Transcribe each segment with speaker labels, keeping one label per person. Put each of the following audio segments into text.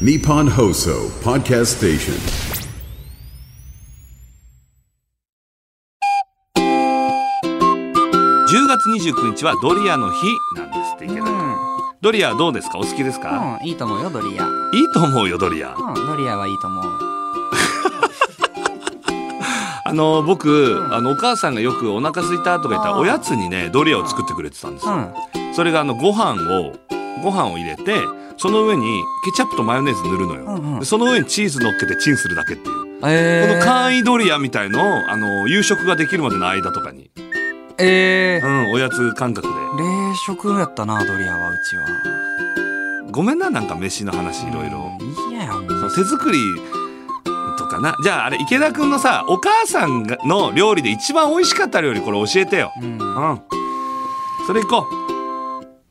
Speaker 1: Nippon Hoso Podcast Station.
Speaker 2: 10月29日はドリアの日なんですって池田君
Speaker 3: う
Speaker 2: ドリアどうですかお好きですか、
Speaker 3: ん、うん、いいと思うよドリア、う
Speaker 2: いいと思うよドリア
Speaker 3: ん、ドリアはいいと思う
Speaker 2: あの僕、あのお母さんがよくお腹空いたとか言ったら
Speaker 3: あー
Speaker 2: おやつにねドリアを作ってくれてたんです
Speaker 3: う
Speaker 2: よ、
Speaker 3: ん
Speaker 2: それがあのご飯をご飯を入れてその上にケチャップとマヨネーズ塗るのよ、
Speaker 3: うんうん
Speaker 2: でその上にチーズ乗っけてチンするだけっていう、
Speaker 3: えー、
Speaker 2: この簡易ドリアみたいのをあの夕食ができるまでの間とかに、
Speaker 3: え
Speaker 2: う
Speaker 3: ー、
Speaker 2: ん、おやつ感覚で
Speaker 3: 冷食やったなドリアはうちは
Speaker 2: ごめんななんか飯の話いろいろ
Speaker 3: いいやもう
Speaker 2: その手作りとかなじゃああれ池田君のさお母さんがの料理で一番美味しかった料理これ教えてよ
Speaker 3: うん
Speaker 2: うんそれいこ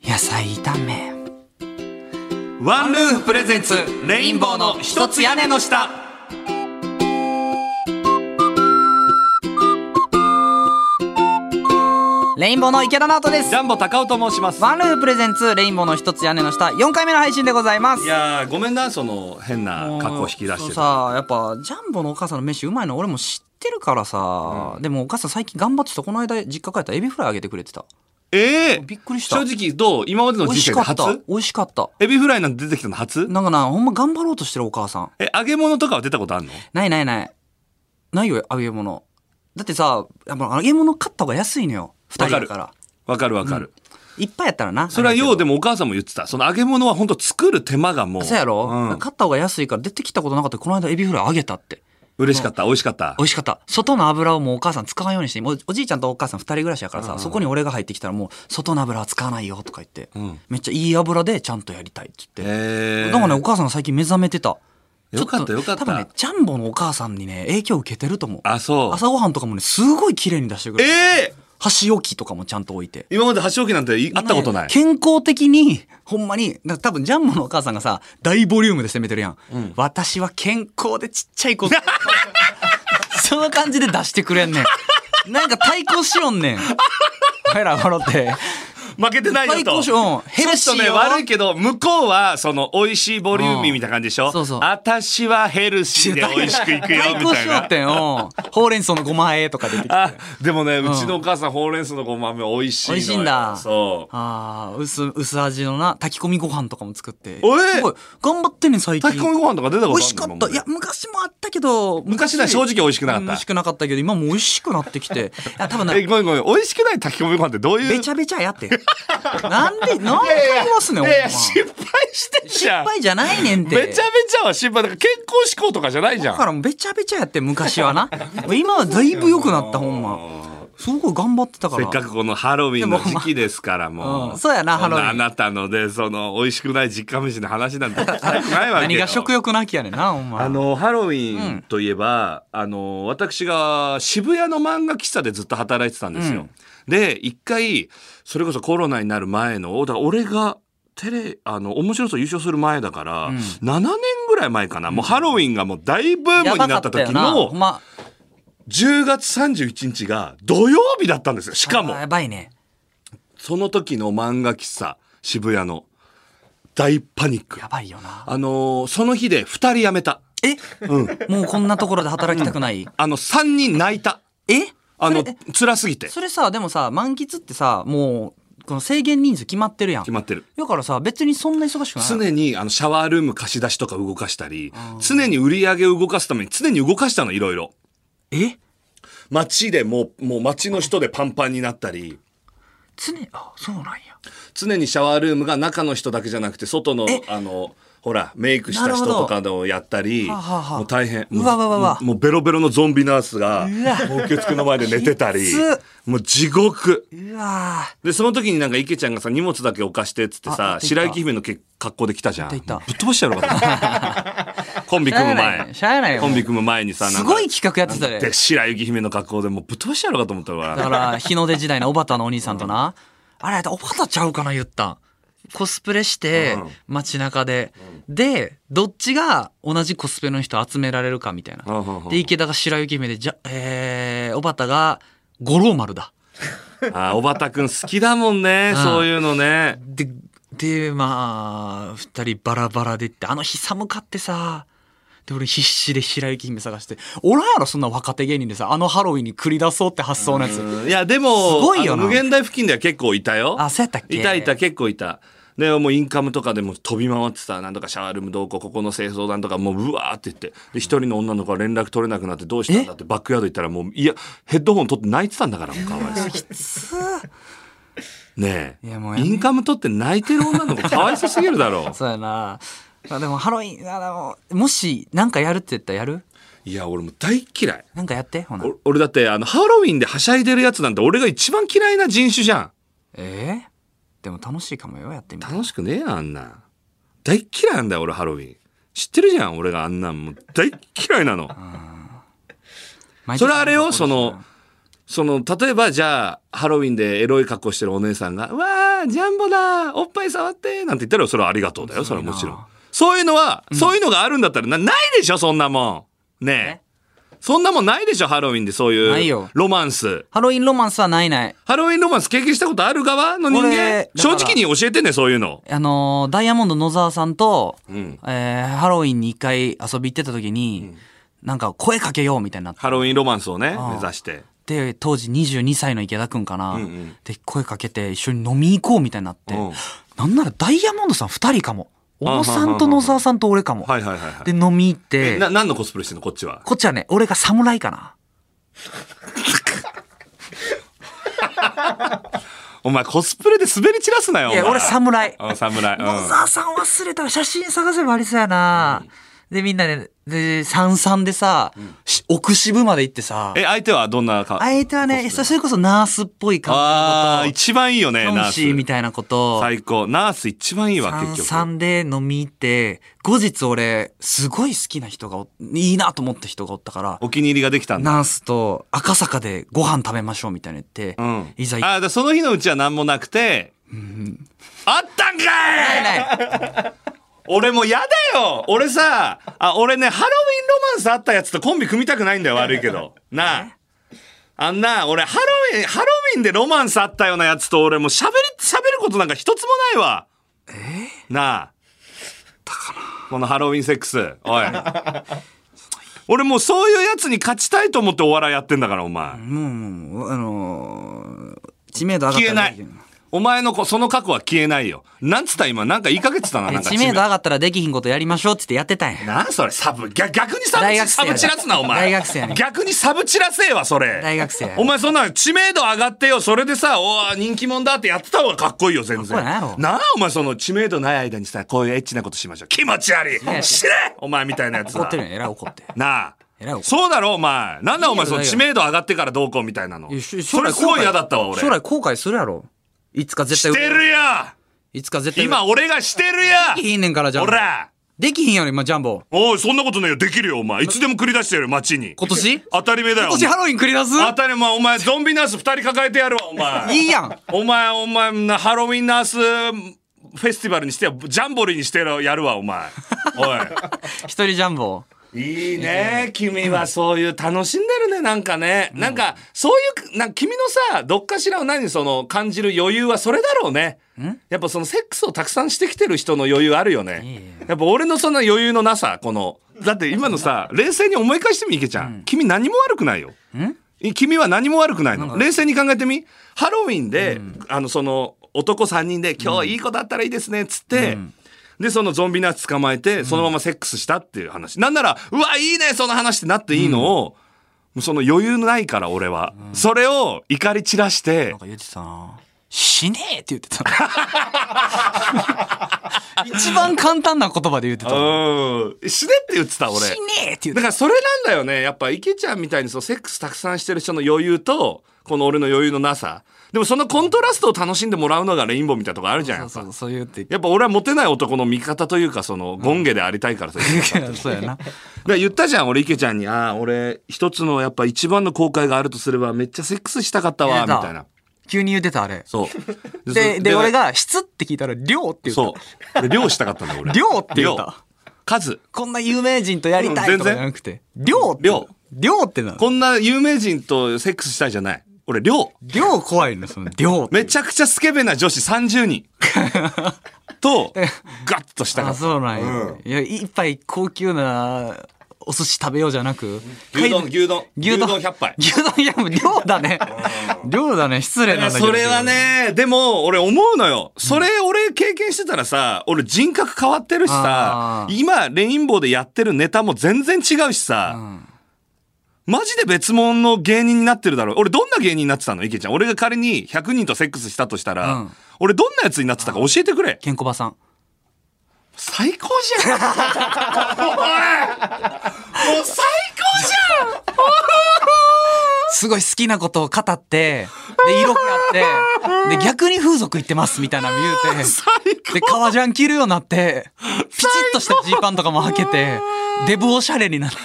Speaker 3: 野菜炒め
Speaker 2: うワンルーフプレゼンツレインボーの一つ屋根の下
Speaker 3: レインボーの池田直人です
Speaker 2: ジャンボ高尾と申します
Speaker 3: ワンルームプレゼンツレインボーの一つ屋根の下4回目の配信でございます
Speaker 2: いやーごめんなその変な
Speaker 3: もう
Speaker 2: 格好引き出し
Speaker 3: そう
Speaker 2: て
Speaker 3: さやっぱジャンボのお母さんの飯うまいの俺も知ってるからさ、でもお母さん最近頑張ってたこの間実家帰ったらエビフライあげてくれてた
Speaker 2: ええー、
Speaker 3: びっくりした
Speaker 2: 正直どう今までの
Speaker 3: 美味
Speaker 2: 人
Speaker 3: し
Speaker 2: 生
Speaker 3: か
Speaker 2: で
Speaker 3: った
Speaker 2: 初
Speaker 3: 美味しかった
Speaker 2: エビフライなんて出てきたの初
Speaker 3: なんかなほんま頑張ろうとしてるお母さん
Speaker 2: え揚げ物とかは出たことあるの
Speaker 3: ないないないないよ揚げ物だってさやっぱ揚げ物買った方が安いのよ2人だから
Speaker 2: わかるわかる、
Speaker 3: いっぱいやったらな
Speaker 2: それは
Speaker 3: あけど
Speaker 2: ようでもお母さんも言ってたその揚げ物は本当作る手間がもう
Speaker 3: そうやろ、
Speaker 2: うん、
Speaker 3: 買った方が安いから出てきたことなかったこの間エビフライ揚げたって
Speaker 2: 嬉しかった美味しかった
Speaker 3: 美味しかった外の油をもうお母さん使わんようにしてもうおじいちゃんとお母さん2人暮らしやからさ、そこに俺が入ってきたらもう外の油は使わないよとか言って、
Speaker 2: ん
Speaker 3: めっちゃいい油でちゃんとやりたいって言って、
Speaker 2: えー、
Speaker 3: だからねお母さんが最近目覚めてた
Speaker 2: よかった
Speaker 3: ちょと
Speaker 2: よかった
Speaker 3: 多分ねジャンボのお母さんにね影響受けてると思う
Speaker 2: あそう
Speaker 3: 朝ごはんとかもねすごい綺麗に出してくれる
Speaker 2: ええ
Speaker 3: 箸置きとかもちゃんと置いて
Speaker 2: 今まで箸置きなんていあったことない、
Speaker 3: 健康的にほんまにだ多分ジャンボのお母さんがさ大ボリュームで攻めてるやん、私は健康でちっちゃい子 その感じで出してくれんねんなんか対抗しよんねん俺ら笑って
Speaker 2: 負けてないよと
Speaker 3: 最高賞うんヘルシーよ
Speaker 2: ちょっとね悪いけど向こうはその美味しいボリューミーみたいな感じでしょ、
Speaker 3: うんそうそう
Speaker 2: 私はヘルシーで美味しくいくよ
Speaker 3: 対
Speaker 2: み
Speaker 3: 抗
Speaker 2: たい
Speaker 3: しよう
Speaker 2: な
Speaker 3: ってんうんほうれん草のごま和えとか出てきてあ
Speaker 2: あでもねうちのお母さんほうれん草のごまめ美味しいのよ
Speaker 3: 美味しいんだ
Speaker 2: そう
Speaker 3: あー薄薄味のな炊き込みご飯とかも作って
Speaker 2: おえ
Speaker 3: すごい頑張ってんねん最近
Speaker 2: 炊き込みご飯とか出たことあるの
Speaker 3: 美味しかっ
Speaker 2: 今ま
Speaker 3: た
Speaker 2: で
Speaker 3: いや昔もあったけど
Speaker 2: 昔な正直美味しくなかった
Speaker 3: 美味しくなかったけど今もう美味しくなって きていや多分な
Speaker 2: えごめんごめん美味しくない炊き込みご飯ってどういう
Speaker 3: べちゃべちゃやってなんで何回言いますね
Speaker 2: い
Speaker 3: ん
Speaker 2: やいや
Speaker 3: 失
Speaker 2: 失敗してんじゃん
Speaker 3: 敗じゃないねんて
Speaker 2: めちゃめちゃは心配だから健康志向とかじゃないじゃ
Speaker 3: だか
Speaker 2: ん
Speaker 3: らもうべちゃべちゃやって昔はな今はだいぶ良くなったほんますごい頑張ってたか
Speaker 2: せ
Speaker 3: ら
Speaker 2: っかくこのハロウィンの時期ですからもう、
Speaker 3: うんそうやなんハロウィン
Speaker 2: あなたのでその美味しくない実家飯の話なんて したくないわけよ
Speaker 3: 何が食欲の秋やねんなほんま
Speaker 2: あのハロウィンといえば、あの私が渋谷の漫画喫茶でずっと働いてたんですよ。で一回それこそコロナになる前のだから俺がテレあの面白そう優勝する前だから、7年ぐらい前かな、もうハロウィンがもう大ブーム
Speaker 3: や
Speaker 2: に
Speaker 3: ば
Speaker 2: な
Speaker 3: か
Speaker 2: っ
Speaker 3: ったたよ
Speaker 2: 時
Speaker 3: な
Speaker 2: の
Speaker 3: ほんま
Speaker 2: 10月31日が土曜日だったんですよしかも
Speaker 3: あやばいね
Speaker 2: その時の漫画喫茶渋谷の大パニック
Speaker 3: やばいよな
Speaker 2: あのーその日で2人辞めた
Speaker 3: え、もうこんなところで働きたくない、
Speaker 2: あの3人泣いた
Speaker 3: え
Speaker 2: あの
Speaker 3: それ
Speaker 2: 辛すぎて
Speaker 3: それさでもさ満喫ってさもうこの制限人数決まってるやん
Speaker 2: 決まってる
Speaker 3: だからさ別にそんな忙しくない
Speaker 2: 常にあのシャワールーム貸し出しとか動かしたり常に売り上げを動かすために常に動かしたのいろいろ
Speaker 3: え
Speaker 2: 街でもうもう街の人でパンパンになったり
Speaker 3: 常にあそうなんや
Speaker 2: 常にシャワールームが中の人だけじゃなくて外の
Speaker 3: え
Speaker 2: あのほらメイクした
Speaker 3: なる
Speaker 2: 人
Speaker 3: ほど
Speaker 2: とかのやったり
Speaker 3: はあはあはあ
Speaker 2: もう大変
Speaker 3: うわわわわ
Speaker 2: もうもうベロベロのゾンビナースが
Speaker 3: うわ
Speaker 2: もう受付の前で寝てたり
Speaker 3: きつ
Speaker 2: もう地獄
Speaker 3: うわー
Speaker 2: でその時になんか池ちゃんがさ荷物だけ置かしてっつって
Speaker 3: あ行
Speaker 2: さ
Speaker 3: ってきた
Speaker 2: 白雪姫のけ格好で来たじゃん
Speaker 3: 行ってきた
Speaker 2: ぶっ飛ばしてやろうかな コンビ組む
Speaker 3: しゃあない
Speaker 2: 前
Speaker 3: ねしゃあないよ
Speaker 2: コンビ組む前にさなんか
Speaker 3: すごい企画やってたで
Speaker 2: で白雪姫の格好でもうぶっ飛ばしてやろうかと思った
Speaker 3: だ
Speaker 2: わ
Speaker 3: から日の出時代のおばたのお兄さんとな、あれおばたちゃうかな言ったんコスプレして
Speaker 2: うん
Speaker 3: 街中で、でどっちが同じコスプレの人集められるかみたいな、
Speaker 2: うんうんうん
Speaker 3: で池田が白雪姫でじゃえー、おばたが五郎丸だ
Speaker 2: あーおばたくん好きだもんね
Speaker 3: うん
Speaker 2: そういうのね
Speaker 3: ででまあ二人バラバラでってあの日寒かってさで俺必死で白雪姫探しておらんやろそんな若手芸人でさあのハロウィンに繰り出そうって発想のやつ
Speaker 2: いやでも
Speaker 3: すごいよな
Speaker 2: あの無限大付近では結構いたよ
Speaker 3: あそうやったっけ
Speaker 2: いたいた結構いたでもうインカムとかでも飛び回ってたなんとかシャワールームどうこうここの清掃団とかもううわーって言ってで一人の女の子が連絡取れなくなってどうしたんだってバックヤード行ったらもういやヘッドホン取って泣いてたんだからもうかわいそう ねえ
Speaker 3: いやもうやめ
Speaker 2: インカム取って泣いてる女の子かわいそうすぎるだ ろ
Speaker 3: そうやなあでもハロウィンあのもしなんかやるって言ったらやる
Speaker 2: いや俺もう大嫌い
Speaker 3: なんかやってほな
Speaker 2: お俺だってあのハロウィンではしゃいでるやつなんて俺が一番嫌いな人種じゃん
Speaker 3: ええでも楽しいかもよやってみたら
Speaker 2: 楽しくねえよあんなん大っ嫌いなんだよ俺ハロウィン知ってるじゃん俺があんなんもう大っ嫌いなの
Speaker 3: 毎年
Speaker 2: それあれよ
Speaker 3: 今
Speaker 2: そのその例えばじゃあハロウィンでエロい格好してるお姉さんが「うわあジャンボだおっぱい触って」なんて言ったらそれはありがとうだよそれはもちろんそういうのは、そういうのがあるんだったらなないでしょそんなもんねえそんなもんないでしょハロウィンでそう
Speaker 3: ない
Speaker 2: い
Speaker 3: よ
Speaker 2: うロマンス
Speaker 3: ハロウィンロマンスはないない
Speaker 2: ハロウィンロマンス経験したことある側の人間
Speaker 3: 俺だか
Speaker 2: 正
Speaker 3: ら
Speaker 2: 直に教えてねそういうの
Speaker 3: あのーダイヤモンド野沢さんと、
Speaker 2: ん
Speaker 3: えーハロウィンに一回遊び行ってた時に、なんか声かけようみたいになって
Speaker 2: ハロウィンロマンスをね
Speaker 3: ああ
Speaker 2: 目指して
Speaker 3: で当時22歳の池田くんかな、
Speaker 2: んうん
Speaker 3: で声かけて一緒に飲み行こうみたいになって、
Speaker 2: うん
Speaker 3: なんならダイヤモンドさん2人かも小野さん
Speaker 2: あはは
Speaker 3: と
Speaker 2: は
Speaker 3: 野沢さんと俺かも、
Speaker 2: はいはいはいはい
Speaker 3: で飲み行っ
Speaker 2: え
Speaker 3: て
Speaker 2: な何のコスプレしてんのこっちは
Speaker 3: こっちはね俺が侍かな
Speaker 2: お前コスプレで滑り散らすなよ
Speaker 3: いや
Speaker 2: お前
Speaker 3: 俺侍
Speaker 2: うん侍、うん、
Speaker 3: 野沢さん忘れた写真探せばありそうやな、でみんなでで三々でさ、し奥渋まで行ってさ
Speaker 2: え相手はどんなか
Speaker 3: 相手はねそれこそナースっぽい感じ
Speaker 2: あー
Speaker 3: のこと
Speaker 2: 一番いいよね
Speaker 3: キ
Speaker 2: ナ
Speaker 3: ョンシー
Speaker 2: ー
Speaker 3: み
Speaker 2: ス
Speaker 3: たいなこと
Speaker 2: 最高ナース一番いいわ
Speaker 3: 三
Speaker 2: 結局
Speaker 3: 三で飲み行って後日俺すごい好きな人がおいいなと思った人がおったから
Speaker 2: お気に入りができたんだ
Speaker 3: ナースと赤坂でご飯食べましょうみたいな言って、
Speaker 2: うん
Speaker 3: いざ
Speaker 2: あ
Speaker 3: 行っ
Speaker 2: だからその日のうちは何もなくて、あったんかい
Speaker 3: てない
Speaker 2: 俺もうやだよ俺さあ俺ねハロウィンロマンスあったやつとコンビ組みたくないんだよ悪いけどなああんな俺ハロウィンハロウィンでロマンスあったようなやつと俺もう喋り喋ることなんか一つもないわなあこのハロウィンセックスおい俺もうそういうやつに勝ちたいと思ってお笑いやってんだからお前
Speaker 3: もうもうあのー知名度上がっ
Speaker 2: 消え
Speaker 3: た
Speaker 2: な
Speaker 3: らで
Speaker 2: い
Speaker 3: きん
Speaker 2: お前のこその過去は消えないよなんつった今なんか言いかけてたななんか
Speaker 3: 知名度上がったらできひんことやりましょうって言ってやってたんや
Speaker 2: なんそれサブ逆逆にサブ
Speaker 3: 大学生
Speaker 2: サ
Speaker 3: や
Speaker 2: ブ散らすなお前
Speaker 3: 大学生やね
Speaker 2: 逆にサブ散らせえわそれ
Speaker 3: 大学生やね
Speaker 2: お前そんな知名度上がってよそれでさおー人気者だってやってた方がかっこいいよ全
Speaker 3: かっ
Speaker 2: 然
Speaker 3: こいいなんやろ
Speaker 2: なあお前その知名度ない間にさこういうエッチなことしましょう気持ち悪い
Speaker 3: やいや
Speaker 2: 知れお前みたいなやつ
Speaker 3: 怒
Speaker 2: は
Speaker 3: ってるんやえらい 怒って
Speaker 2: なあ
Speaker 3: えらい怒って
Speaker 2: そうだろお前なんだお前その
Speaker 3: いいよ
Speaker 2: 知名度上がってからどうこうみたいなの
Speaker 3: いやし
Speaker 2: それすごい嫌だったわ俺
Speaker 3: 将来後悔するやろいつか絶
Speaker 2: し
Speaker 3: 対売
Speaker 2: て
Speaker 3: れ
Speaker 2: るや
Speaker 3: いつか絶対売れ
Speaker 2: 今俺がしてる
Speaker 3: でき
Speaker 2: や
Speaker 3: ひんねんからジャンボ
Speaker 2: ほら
Speaker 3: できひんやろ今ジャンボ
Speaker 2: おいそんなことないよできるよお前いつでも繰り出してやるよ街に
Speaker 3: 今年今
Speaker 2: 当たり前だよお前
Speaker 3: 年ハロウィン繰り出す
Speaker 2: 当たり前お前ゾンビナース2人抱えてやるわお前
Speaker 3: いいやん
Speaker 2: お前お前なハロウィンナースフェスティバルにしてよジャンボリーにしてやるわお前
Speaker 3: 一人ジャンボ
Speaker 2: おいいいね君はそういう楽しんでるねなんかね、なんかそういうなんか君のさどっかしらを何その感じる余裕はそれだろうねやっぱそのセックスをたくさんしてきてる人の余裕あるよねやっぱ俺のそんな余裕のなさこのだって今のさ冷静に思い返してみいけちゃん、君何も悪くないよ君は何も悪くないの冷静に考えてみハロウィンで、あのその男3人で「今日いい子だったらいいですね」っつって、でそのゾンビナース捕まえてそのままセックスしたっていう話、なんなら「うわいいねその話」ってなっていいのを、もうその余裕ないから俺は、それを怒り散らして
Speaker 3: なんか言ってたな死ねえって言ってた 一番簡単な言葉で言って
Speaker 2: う
Speaker 3: た
Speaker 2: ん死ねって言ってた俺
Speaker 3: 死ねえって言っ
Speaker 2: だ
Speaker 3: て
Speaker 2: からそれなんだよねやっぱ池ちゃんみたいにそうセックスたくさんしてる人の余裕とこの俺の余裕のなさでもそのコントラストを楽しんでもらうのがレインボーみたいなとこあるじゃんやっ
Speaker 3: たそう
Speaker 2: ぱ
Speaker 3: そうそう言うって
Speaker 2: やっぱ俺はモテない男の味方というかその権下でありたいからさ、だか
Speaker 3: そうやな
Speaker 2: ら言ったじゃん俺池ちゃんに「ああ俺一つのやっぱ一番の後悔があるとすればめっちゃセックスしたかったわ」みたいな
Speaker 3: 急に言ってたあれ
Speaker 2: そう
Speaker 3: でで俺が「質」って聞いたら「量」って言っ
Speaker 2: そ
Speaker 3: た
Speaker 2: う俺量したかったんだよ俺
Speaker 3: 量って言った
Speaker 2: 量数
Speaker 3: こんな有名人とやりた
Speaker 2: う
Speaker 3: い
Speaker 2: ん全
Speaker 3: と
Speaker 2: 然
Speaker 3: かじゃなくて「量」って
Speaker 2: 量
Speaker 3: 量ってな
Speaker 2: こんな有名人とセックスしたいじゃない俺量
Speaker 3: 量怖いねその量って
Speaker 2: めちゃくちゃスケベな女子30人。と、ガッとしたか
Speaker 3: あ、
Speaker 2: った。
Speaker 3: そうなんや。いや、一杯高級なお寿司食べようじゃなく。
Speaker 2: 牛丼、
Speaker 3: 牛
Speaker 2: 牛丼、牛丼100杯。
Speaker 3: 牛丼いやもう量だね。量だね。失礼なんだけど。
Speaker 2: それは。ね、でも、俺思うのよ。それ、俺経験してたらさ、俺人格変わってるしさ
Speaker 3: あ、ー
Speaker 2: 今、レインボーでやってるネタも全然違うしさ、マジで別物の芸人になってるだろう。俺どんな芸人になってたの池ちゃん。俺が仮に100人とセックスしたとしたら、
Speaker 3: うん
Speaker 2: 俺どんなやつになってたか教えてくれ。
Speaker 3: ケンコバさん。
Speaker 2: 最高じゃんおいもう最高じゃん
Speaker 3: すごい好きなことを語って、で、色があって、で、逆に風俗行ってますみたいなの言う
Speaker 2: 最
Speaker 3: て、で、革ジャン着るようになって、ピチッとしたジーパンとかも履けて、デブおしゃれになって。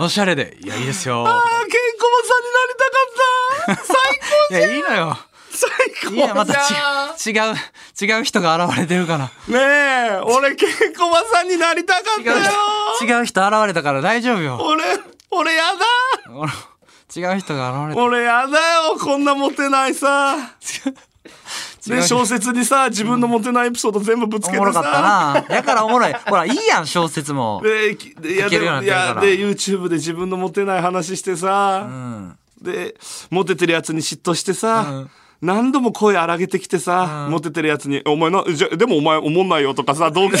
Speaker 3: おしゃれで、いや、いいですよ。
Speaker 2: 高ケンコバさんになりたか った最
Speaker 3: いや、いいのよ。
Speaker 2: 高
Speaker 3: い
Speaker 2: 最高じゃん
Speaker 3: や、またち違う、違う人が現れてるから。
Speaker 2: ねえ俺ケンコバさんになりたかった
Speaker 3: 違う
Speaker 2: よ
Speaker 3: 人、違う人現れたから大丈夫よ。
Speaker 2: 俺俺やだ
Speaker 3: ほら違う人が現れ
Speaker 2: 俺やだよこんなモテないさ
Speaker 3: 違う
Speaker 2: で小説にさ自分のモテないエピソード全部ぶつ
Speaker 3: た。
Speaker 2: け
Speaker 3: おも
Speaker 2: て
Speaker 3: ろかった
Speaker 2: さ
Speaker 3: な。だからおもろい。ほら、いいやん、小説 も。
Speaker 2: できでいや
Speaker 3: いけ
Speaker 2: で
Speaker 3: るよう
Speaker 2: も
Speaker 3: に
Speaker 2: い
Speaker 3: なってる
Speaker 2: や
Speaker 3: から
Speaker 2: で YouTube で自分のモテない話してさ、
Speaker 3: うん。
Speaker 2: でモテてるやつに嫉妬して
Speaker 3: う
Speaker 2: さ
Speaker 3: ん、
Speaker 2: 何度も声荒げてきてさ、
Speaker 3: うん
Speaker 2: モテてるやつに「お前なじゃでもお前おもんないよ」とかさ同期に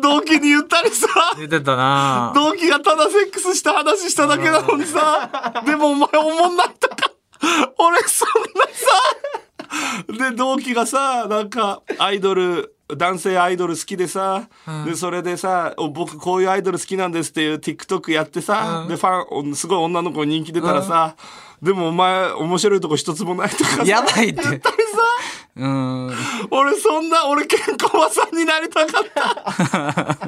Speaker 2: 同期に言ったりさ
Speaker 3: 出てたな
Speaker 2: 同期がただセックスした話しただけなのにさ「でもお前おもんない」とか俺そんなさで同期がさなんかアイドル男性アイドル好きでさ、でそれでさお僕こういうアイドル好きなんですっていう TikTok やってさ、でファンおすごい女の子に人気出たらさ、でもお前面白いとこ一つもないとかさ
Speaker 3: やばい
Speaker 2: 言っ
Speaker 3: って
Speaker 2: たりさ
Speaker 3: うん。やっ
Speaker 2: 俺そんな俺健康さんになりたかった
Speaker 3: ぱ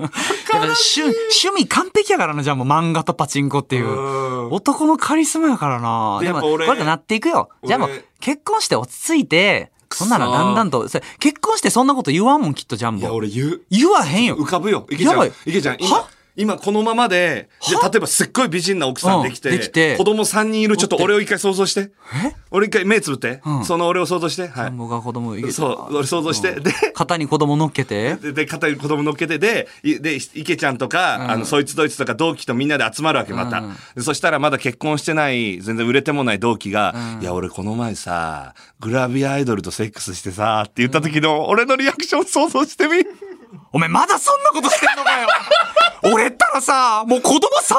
Speaker 3: 趣趣味完璧やからな、じゃあもう漫画とパチンコっていう。男のカリスマやからな
Speaker 2: でや
Speaker 3: で
Speaker 2: っ
Speaker 3: も、
Speaker 2: ぱ
Speaker 3: こ
Speaker 2: 俺
Speaker 3: れがなっていくよ。じゃあもう
Speaker 2: 俺、
Speaker 3: 結婚して落ち着いて、そんなのだんだんと、それ結婚してそんなこと言わんもん、きっとジャンボ。
Speaker 2: 俺言う
Speaker 3: 言わへんよ。
Speaker 2: 浮かぶよ。いけちゃ
Speaker 3: やば
Speaker 2: ん
Speaker 3: い。
Speaker 2: いけちゃん。今
Speaker 3: は
Speaker 2: 今このままで、じゃあ例えばすっごい美人な奥さんできて、
Speaker 3: うんできて
Speaker 2: 子供3人いる、ちょっと俺を一回想像して。俺一回目つぶって、
Speaker 3: うん
Speaker 2: その俺を想像して、は
Speaker 3: 僕が子供いけ
Speaker 2: い。
Speaker 3: た
Speaker 2: そう、俺想像して、で、
Speaker 3: 肩に子供乗っけて。
Speaker 2: で、で肩に子供乗っけて、で、いで、いけちゃんとか、あの、そいつどいつとか同期とみんなで集まるわけ、また。
Speaker 3: うん
Speaker 2: でそしたらまだ結婚してない、全然売れてもない同期が、いや、俺この前さ、グラビアアイドルとセックスしてさ、って言った時の、俺のリアクション想像して み。
Speaker 3: お前まだそんなことしてんのかよ 俺ったらさ、もう子供3人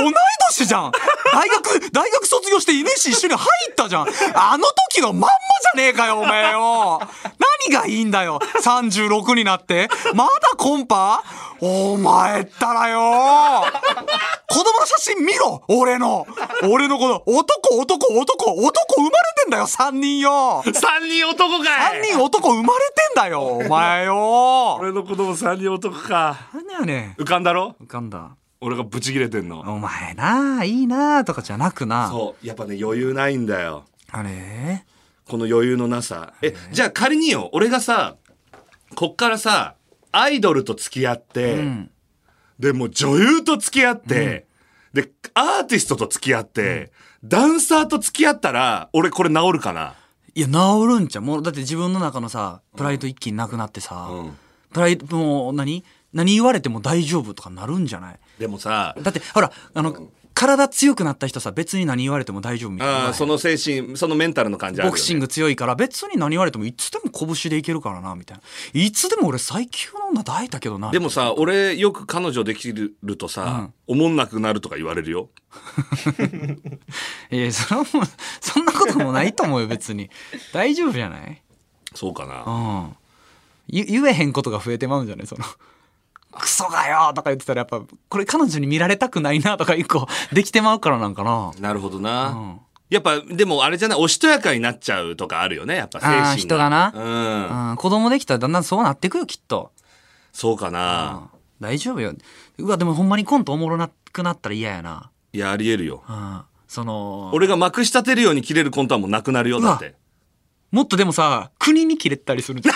Speaker 3: いるよ同い年じゃん大学、大学卒業して NSC 一緒に入ったじゃんあの時のまんまじゃねえかよ、お前よ何がいいんだよ !36 になって。まだコンパお前ったらよ子供の写真見ろ俺の俺の子の男、男、男、男生まれてんだよ !3 人よ
Speaker 2: 3人男かい
Speaker 3: 3人男生まれてんだよお前よ
Speaker 2: 俺の子供3人男か
Speaker 3: なんだよね
Speaker 2: 浮かんだろ
Speaker 3: 浮かんだ
Speaker 2: 俺がブチ切れてんの
Speaker 3: お前なあいいなあとかじゃなくな
Speaker 2: そうやっぱね余裕ないんだよ
Speaker 3: あれ
Speaker 2: この余裕のなさえじゃあ仮によ俺がさこっからさアイドルと付き合って、
Speaker 3: ん
Speaker 2: でもう女優と付き合って、でアーティストと付き合って、ダンサーと付き合ったら俺これ治るかない
Speaker 3: や治るんちゃうもうだって自分の中のさプライド一気になくなってさ、
Speaker 2: うん
Speaker 3: プライドもう何何言われても大丈夫とかなるんじゃない
Speaker 2: でもさ
Speaker 3: だってほらあの、体強くなった人さ別に何言われても大丈夫みたいな
Speaker 2: あーその精神そのメンタルの感じあるよ、ね、
Speaker 3: ボクシング強いから別に何言われてもいつでも拳でいけるからなみたいないつでも俺最強の女抱いたけどな
Speaker 2: でもさ俺よく彼女できるとさ、思んなくなるとか言われるよ
Speaker 3: いや、それはもう、そんなこともないと思うよ、別に。大丈夫じゃない
Speaker 2: そうかな、
Speaker 3: うん。ゆ言えへんことが増えてまうんじゃないその。 クソがよとか言ってたらやっぱ、これ彼女に見られたくないなとか一個 できてまうからなんかな。
Speaker 2: なるほどな、
Speaker 3: うん
Speaker 2: やっぱでもあれじゃないおしとやかになっちゃうとかあるよねやっぱ精神
Speaker 3: あー人が
Speaker 2: なうん
Speaker 3: うん、子供できたらだんだんそうなってくよ、きっと。
Speaker 2: そうかな、
Speaker 3: 大丈夫よ。うわ、でもほんまにコントおもろなくなったら嫌やな。
Speaker 2: いやありえるよ
Speaker 3: うん。その、
Speaker 2: 俺がまくし立てるように切れるコントはもうなくなるよだって
Speaker 3: もっとでもさ、国に切れたりするんじゃん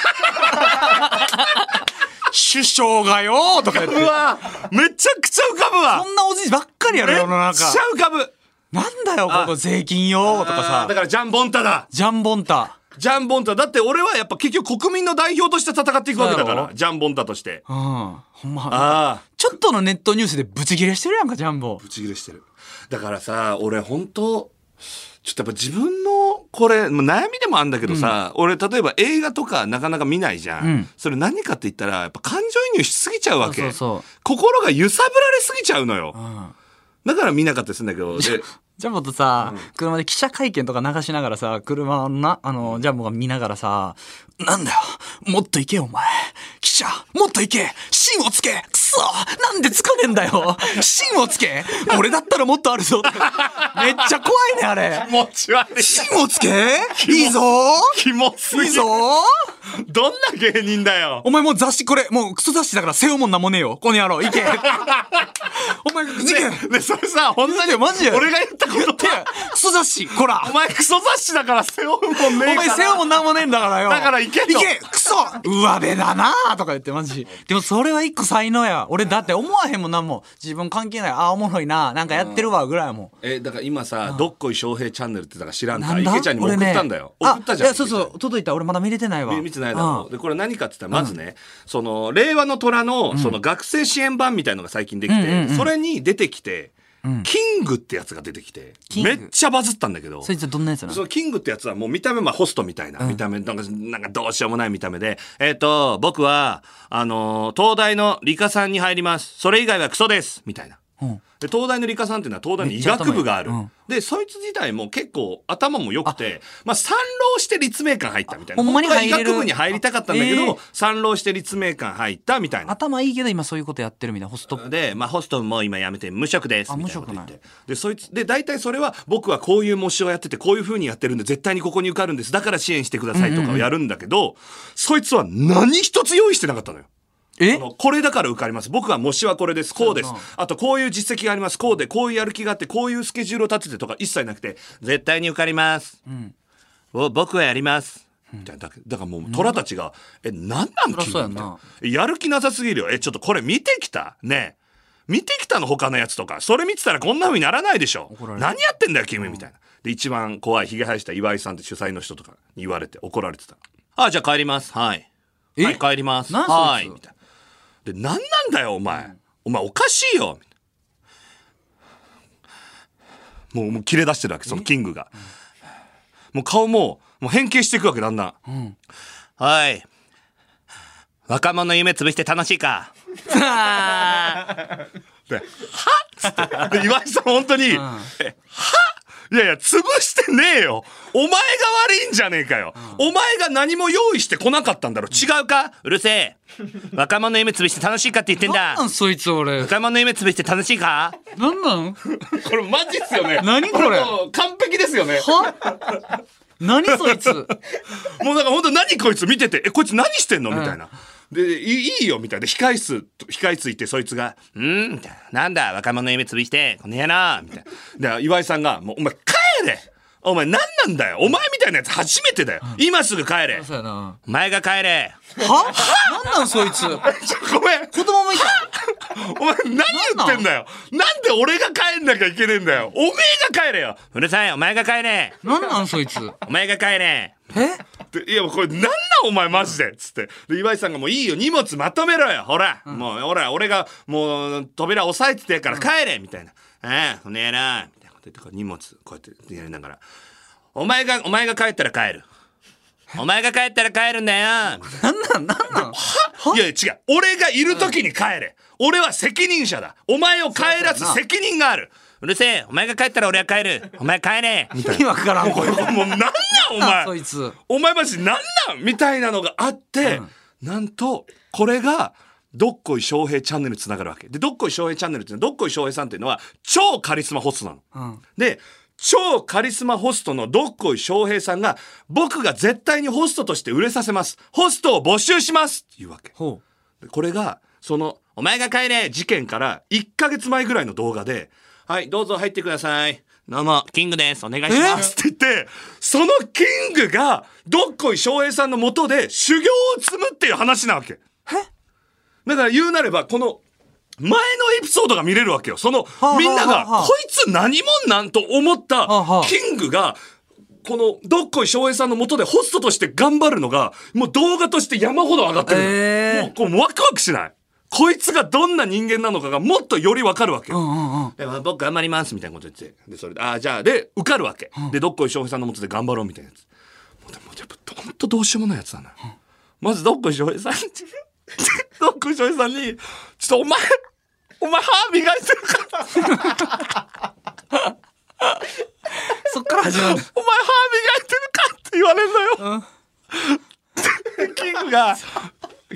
Speaker 3: 首相がよとか言って。
Speaker 2: わめちゃくちゃ浮かぶわ
Speaker 3: そんなおじいばっかりやろ、世の中。
Speaker 2: 浮かぶ
Speaker 3: なんだよ、ここ税金よとか
Speaker 2: だ
Speaker 3: さ。
Speaker 2: からジャン・ボンタだ
Speaker 3: ジャンボンタ。
Speaker 2: ジャンボンタだって俺はやっぱ結局国民の代表として戦っていくわけだか
Speaker 3: そうや
Speaker 2: らジャンボンタとして
Speaker 3: うん。ほんま。
Speaker 2: ああ
Speaker 3: ちょっとのネットニュースでブチギレしてるやんか、ジャンボ
Speaker 2: ぶ。ち切れしてるだからさ俺本当ちょっとやっぱ自分のこれまあ悩みでもあるんだけどさ、俺例えば映画とかなかなか見ないじゃん、
Speaker 3: うん
Speaker 2: それ何かって言ったらやっぱ感情移入しすぎちゃうわけ
Speaker 3: そうそうそ
Speaker 2: 心が揺さぶられすぎちゃうのよ、
Speaker 3: うん。
Speaker 2: だから見なかったりするんだけどで
Speaker 3: ジャンボとさ、車で記者会見とか流しながらさ、車のな、あの、ジャンボが見ながらさ、なんだよ、もっと行けよ、お前。記者、もっと行け芯をつけくそなんでつかねえんだ よ芯をつけ俺だったらもっとあるぞめっちゃ怖いね、あ れ。
Speaker 2: 持ち悪い
Speaker 3: 芯をつけい いぞ
Speaker 2: キモすぎ
Speaker 3: いいぞ
Speaker 2: どんな芸人だよ
Speaker 3: お前もう雑誌これ、もうクソ雑誌だから背負うもんなんもねえよ。この野郎、 行けお前、事件
Speaker 2: ね、それさ、ほん
Speaker 3: マジでマジで
Speaker 2: 俺が言ったこと
Speaker 3: 手クソ雑誌こら
Speaker 2: お前クソ雑誌だから背負うもんねえから。
Speaker 3: お前背負うもんなんもねえんだからよ。
Speaker 2: だからいけと
Speaker 3: いけクソ上辺だなあとか言ってマジ。でもそれは一個才能や。俺だって思わへんもんなんも。自分関係ない。あ、おもろいな。なんかやってるわ、ぐらいやもん。
Speaker 2: え、だから今さ、どっこい翔平チャンネルってだから知らん
Speaker 3: な
Speaker 2: か。
Speaker 3: んだ
Speaker 2: 池ちゃんにも送ったんだよ。
Speaker 3: 俺ね
Speaker 2: 送ったじゃん。
Speaker 3: あいや、そうそう。届いた。俺まだ見れてないわ。
Speaker 2: 見見てないだ
Speaker 3: うん
Speaker 2: ろう。で、これ何かって言ったら、まずね、その、令和の虎の、その学生支援版みたいのが最近できて、それに出てきて、キングってやつが出てきて、
Speaker 3: キング
Speaker 2: めっちゃバズったんだけど。
Speaker 3: そいつどんなやつなの
Speaker 2: そのキングってやつはもう見た目まあホストみたいな、見た目なんかなんかどうしようもない見た目でえっ、と僕はあのー東大の理科さんに入りますそれ以外はクソですみたいな、
Speaker 3: ん
Speaker 2: で東大の理科さんっていうのは東大の
Speaker 3: め
Speaker 2: 医
Speaker 3: っちゃ頭いい
Speaker 2: 学部がある、
Speaker 3: うん
Speaker 2: でそいつ自体も結構頭も良くてまあ三浪して立命館入ったみたいな
Speaker 3: ほんまに
Speaker 2: 本当は
Speaker 3: 入
Speaker 2: 医
Speaker 3: れる
Speaker 2: 学部に入りたかったんだけど、
Speaker 3: えー
Speaker 2: 三浪して立命館入ったみたいな
Speaker 3: 頭いいけど今そういうことやってるみたいな。ホスト。
Speaker 2: で、まあ、ホストも今やめて無職です
Speaker 3: あ
Speaker 2: みたいなこと言っ
Speaker 3: 無
Speaker 2: てでそいつで大体それは僕はこういう模試をやっててこういうふうにやってるんで絶対にここに受かるんですだから支援してくださいとかをやるんだけど、そいつは何一つ用意してなかったのよ。
Speaker 3: え
Speaker 2: あのこれだから受かります僕は模試はこれですこうです
Speaker 3: そうそう
Speaker 2: あとこういう実績がありますこうでこういうやる気があってこういうスケジュールを立ててとか一切なくて絶対に受かります、お僕はやります、みたいなだけだからもう虎たちが「え何なん
Speaker 3: そりゃ
Speaker 2: 君
Speaker 3: そうやん
Speaker 2: みたい
Speaker 3: な
Speaker 2: やる気なさすぎるよえちょっとこれ見てきたねえ見てきたの他のやつとかそれ見てたらこんな風にならないでしょ
Speaker 3: 怒られ
Speaker 2: 何
Speaker 3: る
Speaker 2: やってんだよ君みたいなで一番怖いひげ生やした岩井さんって主催の人とかに言われて怒られてたあじゃあ帰りますはい
Speaker 3: え
Speaker 2: はい帰ります
Speaker 3: なんそいつ
Speaker 2: はいみたいなで何なんだよお前、お前おかしいよみたいなもうもう切れ出してるわけそのキングが、もう顔ももう変形していくわけだんだん、はい若者の夢潰して楽しい かで、はっつって。で岩井さん本当に、えはっいやいや、潰してねえよ。お前が悪いんじゃねえかよ。お前が何も用意してこなかったんだろ。違うかうるせえ。若者の夢潰して楽しいかって言ってん
Speaker 3: なん
Speaker 2: だ
Speaker 3: な。んそいつ俺。
Speaker 2: 若者の夢潰して楽しいか
Speaker 3: なんなん
Speaker 2: これマジっすよね。
Speaker 3: 何これ
Speaker 2: もう完璧ですよね。
Speaker 3: は何そいつ
Speaker 2: もうなんか本当何こいつ見てて、え、こいつ何してんのみたいな。で、いいいよみたいな。控え室、控え室行って、そいつが、うーんみたいな。なんだ、若者の夢潰して、この野郎みたいな。で、岩井さんが、もう、お前帰れお前何なんだよお前みたいなやつ初めてだよ今すぐ帰れ
Speaker 3: そうやな。
Speaker 2: お前が帰れ
Speaker 3: はなんなんそいつ
Speaker 2: ちょご めん
Speaker 3: 子供もいた。
Speaker 2: お前何言ってんだよなんで俺が帰んなきゃいけねえんだよおめえが帰れようるさいお前が帰れ
Speaker 3: なんなんそいつ
Speaker 2: お前が帰れ
Speaker 3: え
Speaker 2: でいやもうこれなんなんお前マジでっつってで岩井さんが「もういいよ荷物まとめろよほら、もうほら俺がもう扉押さえててやから帰れ」みたいな「ああおねえな」みたいなこと言ってこう荷物こうやってやりながら「お前がお前が帰ったら帰る」「お前が帰ったら帰るんだよ」みたい
Speaker 3: なんなんなんな
Speaker 2: な
Speaker 3: ん
Speaker 2: いやいや違う俺がいる時に帰れ、俺は責任者だお前を帰らず
Speaker 3: そうだな
Speaker 2: 責任があるうるせえお前が帰ったら俺は帰るお前帰れ」みたいな
Speaker 3: 意味わからんこれ
Speaker 2: もうなんなんお前
Speaker 3: そいつ
Speaker 2: お前マジなんなんみたいなのがあって、なんとこれがどっこい翔平チャンネルにつながるわけでどっこい翔平チャンネルっていうのはどっこい翔平さんっていうのは超カリスマホストなの。
Speaker 3: うん
Speaker 2: で超カリスマホストのどっこい翔平さんが僕が絶対にホストとして売れさせますホストを募集しますっていうわけ。
Speaker 3: ほ
Speaker 2: でこれがその「お前が帰れ!」事件から1ヶ月前ぐらいの動画で「はいどうぞ入ってください」「どうもキングですお願いします」って言ってそのキングがどっこい翔平さんのもとで修行を積むっていう話なわけ。だから言うなればこの前のエピソードが見れるわけよ。その
Speaker 3: あはあ
Speaker 2: みんなが
Speaker 3: はあはあ
Speaker 2: こいつ何もんなんと思った
Speaker 3: あはあ
Speaker 2: キングがこの、どっこい翔平さんの元でホストとして頑張るのが、もう動画として山ほど上がってる。
Speaker 3: えー
Speaker 2: もうこうワクワクしない。こいつがどんな人間なのかがもっとよりわかるわけ。
Speaker 3: うんうんうん。
Speaker 2: でまあ僕頑張りますみたいなこと言ってでそれでああじゃあで受かるわけ、でどっこい翔平さんのもとで頑張ろうみたいなやつもうでもやっぱほんとどうしようもないやつだな、まずどっこい翔平さんに どっこい翔平さんに「ちょっとお前お前歯磨いてるからお前歯磨
Speaker 3: そっから始まるんだ。
Speaker 2: いてるか?」って言われるのよ、でキングが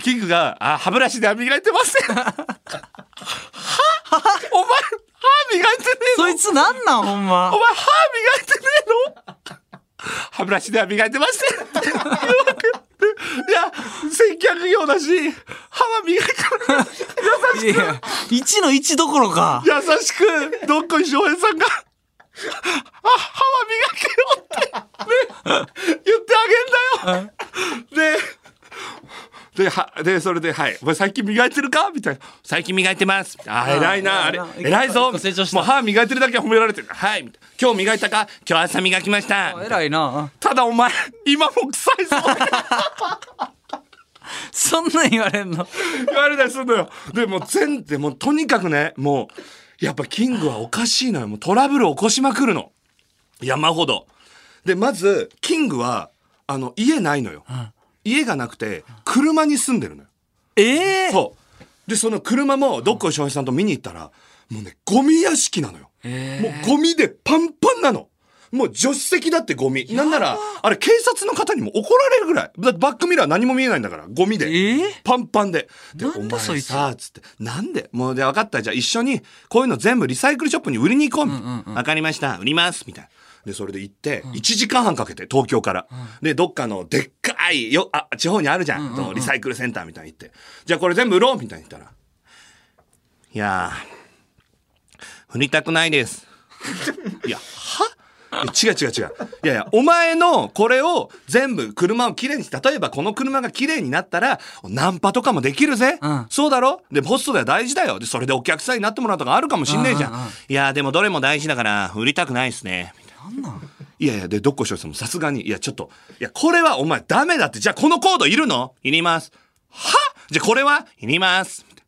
Speaker 2: キングが「あ歯ブラシで歯磨いてま せん」は「お前歯磨いてねえの?」
Speaker 3: そいつなんなんほんま
Speaker 2: お。前歯磨いてねえの歯ブラシでは磨いてませんって言うわけいや接客業だし歯は磨いてない
Speaker 3: いや、1の1どころか。
Speaker 2: 優しくどっこい翔平さんがあ歯は磨けよって、ね、言ってあげんだよでではでそれで「はいお前最近磨いてるか?」みたいな「最近磨いてます」あー偉いなあれ
Speaker 3: うん
Speaker 2: 偉いぞ
Speaker 3: 一個成長した
Speaker 2: もう歯磨いてるだけ褒められてる「はい」みたいな今日磨いたか今日朝磨きました」
Speaker 3: 偉いな。
Speaker 2: ただお前、今も臭いぞって
Speaker 3: そんなん言われんの。
Speaker 2: 言われたりするのよ。で、もう全でもうとにかくね、もう、やっぱキングはおかしいのよ。もうトラブル起こしまくるの。山ほど。で、まず、キングは、あの、家ないのよ。家がなくて、車に住んでるのよ。
Speaker 3: ええ
Speaker 2: そう。で、その車も、どっこい翔平さんと見に行ったら、もうね、ゴミ屋敷なのよ。もうゴミでパンパンなの。もう助手席だってゴミ。なんなら、あれ警察の方にも怒られるぐらい。だってバックミラー何も見えないんだから、ゴミで。
Speaker 3: えー
Speaker 2: パンパンで。で、
Speaker 3: なんで
Speaker 2: お
Speaker 3: そ
Speaker 2: 前
Speaker 3: いつ
Speaker 2: さ、つって、なんでもうで、分かった。じゃあ一緒に、こういうの全部リサイクルショップに売りに行こう。みたいな分かりました。売ります。みたいな。で、それで行って、1時間半かけて、東京から。で、どっかのでっかいよ、あ、地方にあるじゃん。そのリサイクルセンターみたいに行って。じゃあこれ全部売ろうみたいに言ったら。いや ー、振りたくないです。いや、はいや違う違う違う。いやいや、お前のこれを全部車をきれいにし例えばこの車がきれいになったら、ナンパとかもできるぜ。
Speaker 3: うん
Speaker 2: そうだろで、ホストでは大事だよ。で、それでお客さんになってもらうとかあるかもしんねえじゃん。
Speaker 3: うんうんうん
Speaker 2: いや、でもどれも大事だから、売りたくないですね。みたいな。いやいや、で、どっこいしょうさんもさすがに、いや、ちょっと、いや、これはお前ダメだって、じゃあこのコードいるのいります。はじゃあこれはいります。みたいな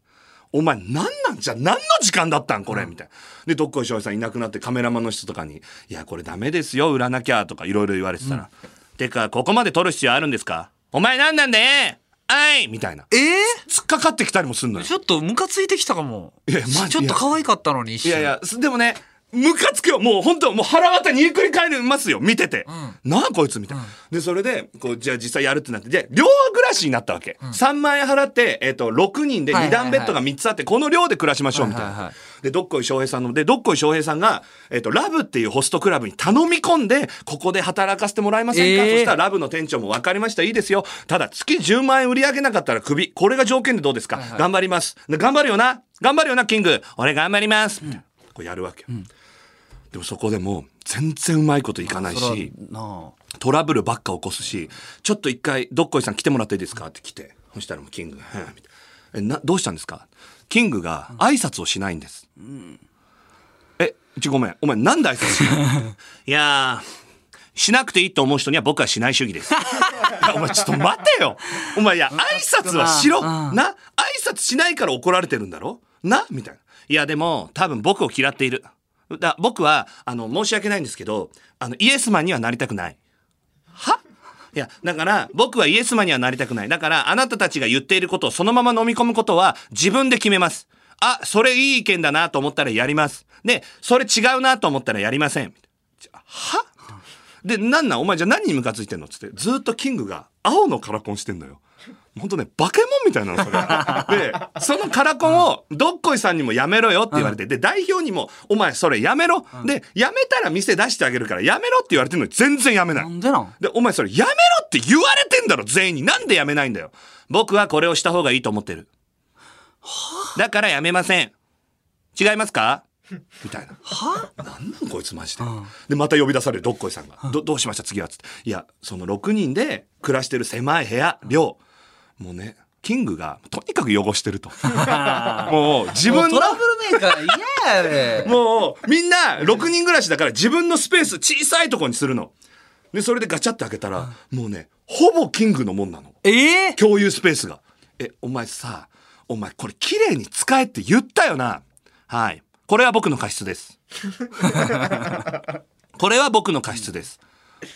Speaker 2: お前何なんじゃ何の時間だったんこれ、みたいな。で、どっこいしょうさんいなくなってカメラマンの人とかに、いや、これダメですよ、売らなきゃ、とかいろいろ言われてたら、てか、ここまで撮る必要あるんですかお前何なんだよあいみたいな。
Speaker 3: ええ
Speaker 2: 突っかかってきたりもすんのよ。
Speaker 3: ちょっとムカついてきたかも。
Speaker 2: いやマジ
Speaker 3: ちょっと可愛かったのに一
Speaker 2: い
Speaker 3: 瞬。
Speaker 2: やいや、すでもね、ムカつくよ。もう本当、もう腹渡にゆっくり返りますよ。見てて。なあ、こいつ、みたいな。で、それで、こう、じゃあ実際やるってなって、で、寮暮らしになったわけ。3万円払って、えっ、と、6人で
Speaker 3: はいは
Speaker 2: 2
Speaker 3: いは
Speaker 2: 段
Speaker 3: い
Speaker 2: ベッドが3つあって、この寮で暮らしましょう、みたい
Speaker 3: はいはいは
Speaker 2: な。で、どっこい翔平さんの、で、どっこい翔平さんが、えっ、と、ラブっていうホストクラブに頼み込んで、ここで働かせてもらえませんか、
Speaker 3: えー
Speaker 2: そしたらラブの店長も分かりました、いいですよ。ただ、月10万円売り上げなかったらクビ。これが条件でどうですか、頑張ります。で頑張るよな頑張るよな、キング俺頑張ります、みたいなこうやるわけよ、でもそこでもう、全然うまいこといかない
Speaker 3: そら
Speaker 2: し、
Speaker 3: なあ。
Speaker 2: トラブルばっか起こすし、ちょっと一回、どっこいさん来てもらっていいですかって来て。そしたらもうキングが、うんみたいなえ、な、どうしたんですかキングが挨拶をしないんです。え、ちょ、ごめん。お前なんで挨拶しないいやー、しなくていいと思う人には僕はしない主義 です。いやお前ちょっと待てよ。お前いや、挨拶はしろ。
Speaker 3: うん
Speaker 2: な挨拶しないから怒られてるんだろなみたいな。いや、でも、多分僕を嫌っている。だ僕は、あの、申し訳ないんですけど、あの、イエスマンにはなりたくない。はいや、だから、僕はイエスマンにはなりたくない。だから、あなたたちが言っていることをそのまま飲み込むことは自分で決めます。あ、それいい意見だなと思ったらやります。で、それ違うなと思ったらやりません。ちょはで、なんなんお前じゃあ何にムカついてんのつって、ずーっとキングが青のカラコンしてんのよ。ほんとね、バケモンみたいなの、それ。で、そのカラコンを、どっこいさんにもやめろよって言われて、で、代表にも、お前それやめろ。で、やめたら店出してあげるからやめろって言われてるのに全然やめない
Speaker 3: な。んでなん
Speaker 2: で、お前それやめろって言われてんだろ、全員に。なんでやめないんだよ。僕はこれをした方がいいと思ってる。だからやめません。違います かみたいな。
Speaker 3: は
Speaker 2: なんなんこいつマジで。で、また呼び出される、どっこいさんが。ど、どうしました次はつって。いや、その6人で暮らしてる狭い部屋、寮。もうね、キングがとにかく汚してると。 もう自
Speaker 3: もう
Speaker 2: 分の
Speaker 3: トラブルメーカー嫌やで。
Speaker 2: もう、みんな、6人暮らしだから自分のスペース小さいとこにするの。でそれでガチャって開けたら、もうねほぼキングのもんなの
Speaker 3: ええ
Speaker 2: 共有スペースが「えお前さお前これ綺麗に使えって言ったよなはいこれは僕の過失ですこれは僕の過失です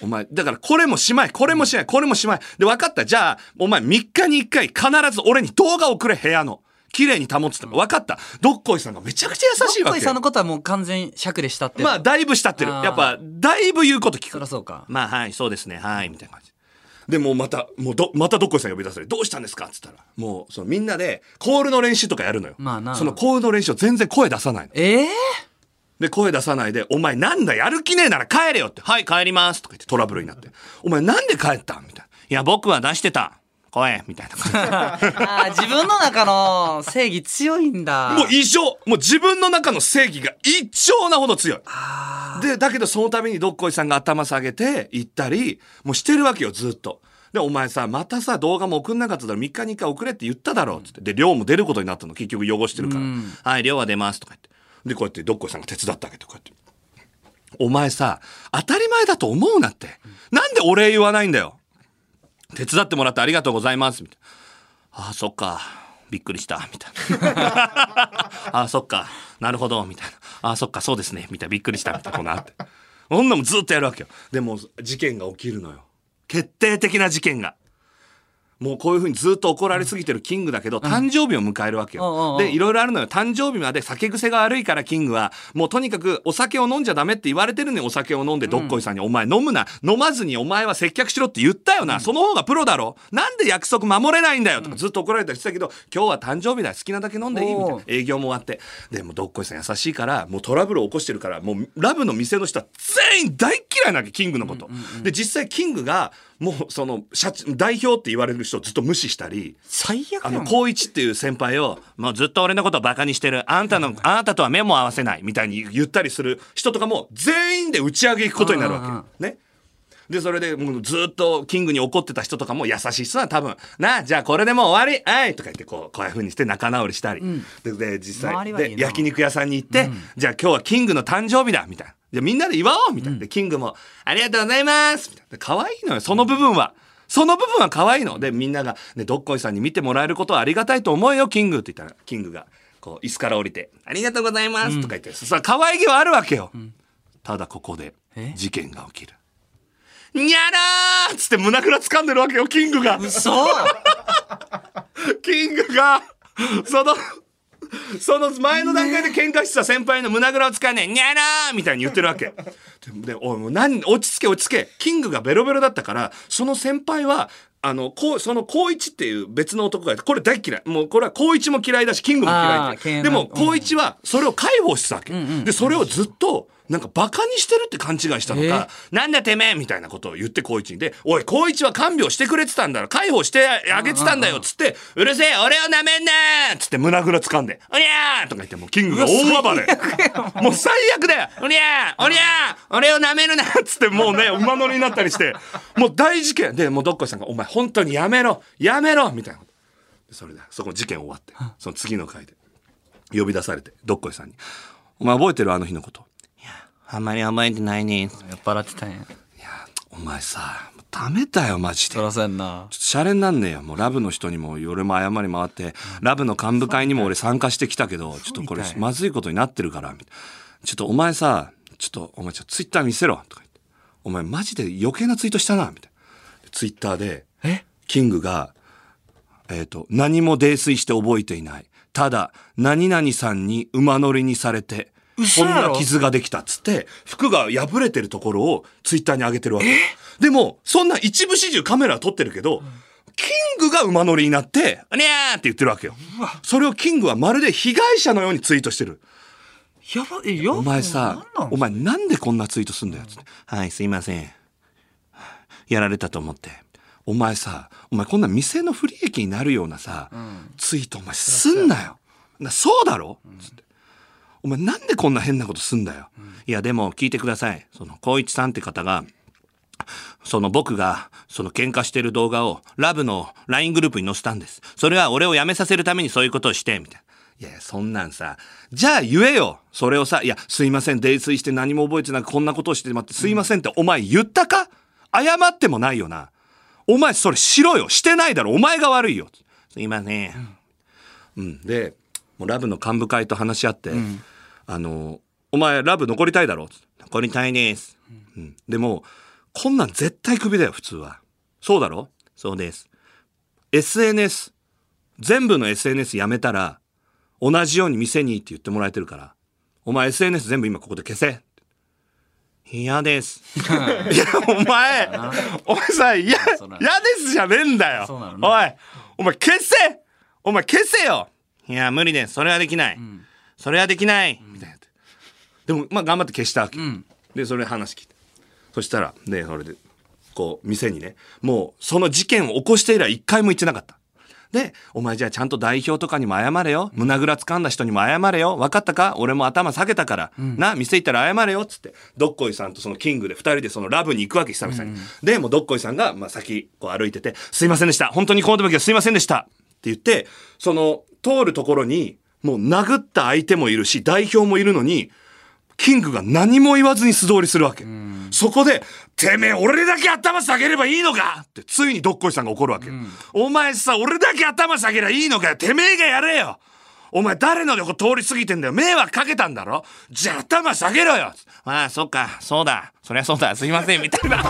Speaker 2: お前だからこれもしまいこれもしまいこれもしまいで分かったじゃあお前3日に1回必ず俺に動画送れ部屋の綺麗に保つって分かったどっこいさんがめちゃくちゃ優しいわ
Speaker 3: 小井
Speaker 2: け
Speaker 3: さん
Speaker 2: よ
Speaker 3: のことはもう完全尺でしたって。
Speaker 2: まあだいぶ慕ってる
Speaker 3: あー
Speaker 2: やっぱだいぶ言うこと聞く
Speaker 3: そりゃそうか。
Speaker 2: まあはいそうですねはいみたいな感じでもうまたもうどまたどっこいさん呼び出されどうしたんですかっつったらもうそのみんなでコールの練習とかやるのよ、
Speaker 3: まあな
Speaker 2: そのコールの練習を全然声出さないの
Speaker 3: ええ
Speaker 2: で声出さないで「お前なんだやる気ねえなら帰れよ」って「はい帰ります」とか言ってトラブルになって「お前なんで帰ったん?」みたいな「いや僕は出してた声」みたいな感じ
Speaker 3: あー自分の中の正義強いんだ。
Speaker 2: もう異常もう自分の中の正義が一丁なほど強い。で、だけどそのためにどっこいさんが頭下げて行ったり、もうしてるわけよ、ずっと。で、お前さ、またさ、動画も送んなかっただろ、3日に1回送れって言っただろ、つって。で、量も出ることになったの、結局汚してるから。はい、量は出ます、とか言って。で、こうやってどっこいさんが手伝ってあげて、こうやって。お前さ、当たり前だと思うなって。なんでお礼言わないんだよ。手伝ってもらってありがとうございます、みたいな。ああ、そっか。びっくりした、みたいな。ああ、そっか。なるほど。みたいな。ああ、そっか。そうですね。みたいな。びっくりした。みたいな。こんなあって。こんなもんずっとやるわけよ。でも、事件が起きるのよ。決定的な事件が。もうこういうふうにずっと怒られすぎてるキングだけど、誕生日を迎えるわけ
Speaker 3: うんうんう
Speaker 2: よ。
Speaker 3: ん
Speaker 2: で、いろいろあるのよ。誕生日まで酒癖が悪いからキングは、もうとにかくお酒を飲んじゃダメって言われてるのにお酒を飲んでどっこいさんに、お前飲むな。飲まずにお前は接客しろって言ったよな。その方がプロだろ。なんで約束守れないんだよ。とかずっと怒られたりしてたけど、今日は誕生日だよ。好きなだけ飲んでいいみたい
Speaker 3: お
Speaker 2: な
Speaker 3: う。
Speaker 2: 営業も終わってでもうどっこいさん優しいからもうトラブルを起こしてるからもうラブの店の人は全員大嫌いなわけキングのこと、で実際キングがもうその社長代表って言われる人をずっと無視したり
Speaker 3: 最悪
Speaker 2: あ
Speaker 3: や
Speaker 2: の
Speaker 3: ん。
Speaker 2: 光一っていう先輩をもうずっと俺のことをバカにしてるあんたのあなたとは目も合わせないみたいに言ったりする人とかも全員で打ち上げ行くことになる
Speaker 3: うんうんうん
Speaker 2: わけねでそれでもうずっとキングに怒ってた人とかも優しい人は多分「なあじゃあこれでもう終わりはい」とか言ってこうこういうふうにして仲直りしたり、でで実
Speaker 3: 周
Speaker 2: 際
Speaker 3: りはいいな
Speaker 2: で焼肉屋さんに行って、じゃあ今日はキングの誕生日だみたいな。じゃあみんなで祝おうみたいな。で、キングも、ありがとうございますみたいな。可愛いのよ、その部分は。その部分は可愛いの。で、みんなが、ね、どっこいさんに見てもらえることはありがたいと思うよ、キングって言ったら、キングが、こう、椅子から降りて、ありがとうございますとか言って、さ、可愛げはあるわけよ。ただここで
Speaker 3: え、
Speaker 2: 事件が起きる。にゃらーっつって胸ぐら掴んでるわけよ、キングが。
Speaker 3: 嘘
Speaker 2: キングが、その、その前の段階で喧嘩してた先輩の胸ぐらを使わねえ、にゃらーみたいに言ってるわけ。で、でおい、もう何、落ち着け落ち着け。キングがベロベロだったから、その先輩は、あの、こう、その、光一っていう別の男がいて、これ大嫌い。もう、これは光一も嫌いだし、キングも嫌い
Speaker 3: あー嫌い
Speaker 2: で。で
Speaker 3: な
Speaker 2: も、
Speaker 3: うん
Speaker 2: 光一は、それを解放してたわけ。で、それをずっと、なんか、バカにしてるって勘違いしたの
Speaker 3: え
Speaker 2: か
Speaker 3: ー、
Speaker 2: なんだてめえみたいなことを言って光一に。で、おい、光一は看病してくれてたんだろ。介抱してあげてたんだよ。つって、うるせえ、俺を舐めんなつって胸ぐら掴んで、おにゃーとか言って、もうキングが大暴れ。もう最悪だよ。おにゃーおにゃー俺を舐めるなつって、もうね、馬乗りになったりして、もう大事件。で、もうどっこいさんが、お前本当にやめろやめろみたいなこと。でそれで、そこ事件終わって、その次の回で、呼び出されて、どっこいさんに、お前覚えてるあの日のこと。いや、あんまり覚えてないね
Speaker 3: 酔っ払ってたんや。
Speaker 2: いやお前さもうダメだよマジで。ちょっ
Speaker 3: らそうやんな。
Speaker 2: とシャレになんねえよもうラブの人にも俺も謝り回ってラブの幹部会にも俺参加してきたけどちょっとこれ
Speaker 3: そうみたい
Speaker 2: まずいことになってるからみたいなちょっとお前さちょっとお前ちょっとツイッター見せろとか言ってお前マジで余計なツイートしたなみたいなツイッターで
Speaker 3: え
Speaker 2: キングがえっ、と何も泥酔して覚えていないただ何々さんに馬乗りにされてこ
Speaker 3: 嘘
Speaker 2: ん
Speaker 3: やろ
Speaker 2: な傷ができたっつって服が破れてるところをツイッターに上げてるわけでもそんな一部始終カメラは撮ってるけど、キングが馬乗りになって「にゃー!」って言ってるわけよそれをキングはまるで被害者のようにツイートしてる
Speaker 3: やば、え、やば
Speaker 2: お前さ
Speaker 3: なんなん、
Speaker 2: お前なんでこんなツイートすんだよ、つって。はい、すいません。やられたと思って。お前さ、お前こんな店の不利益になるようなさ、ツイートお前すんなよ。なそうだろつって。お前なんでこんな変なことすんだよ。いや、でも聞いてください。その、光一さんって方が、その僕が、その喧嘩してる動画を、ラブの LINE グループに載せたんです。それは俺を辞めさせるためにそういうことをして、みたいな。いやいや、そんなんさ、じゃあ言えよそれをさ、いや、すいません、泥酔して何も覚えてなくこんなことをしてまって、すいませんってお前言ったか謝ってもないよな。お前それしろよ。してないだろ。お前が悪いよ。今ね。うん。で、もうラブの幹部会と話し合って、あの、お前ラブ残りたいだろ。残りたいです。うん。でも、こんなん絶対クビだよ、普通は。そうだろそうです。SNS。全部の SNS やめたら、同じように店にって言ってもらえてるから、お前 SNS 全部今ここで消せ。嫌です。 いや、お前、お前さ、嫌、嫌
Speaker 3: そうなの
Speaker 2: ですじゃねえんだよ。
Speaker 3: そうなのね
Speaker 2: おい、お前消せお前消せよいや、無理です。それはできない。それはできない、みたいな。でも、まあ、頑張って消したわけ。で、それで話聞いて。そしたら、ね、それで、こう、店にね、もう、その事件を起こして以来一回も行ってなかった。で、お前じゃあちゃんと代表とかにも謝れよ。胸ぐら掴んだ人にも謝れよ。分かったか俺も頭下げたから。な、店行ったら謝れよ。っつって、どっこいさんとそのキングで二人でそのラブに行くわけ、久々に。で、もうどっこいさんが、まあ、先、こう歩いてて、すいませんでした。本当にこの時はすいませんでした。って言って、その、通るところに、もう殴った相手もいるし、代表もいるのに、キングが何も言わずに素通りするわけ。そこで、てめえ、俺だけ頭下げればいいのかって、ついにどっこいさんが怒るわけ。お前さ、俺だけ頭下げりゃいいのかよてめえがやれよお前誰の横通り過ぎてんだよ迷惑かけたんだろじゃあ頭下げろよああ、そっか、そうだ。そりゃそうだ。すいません、みたいな。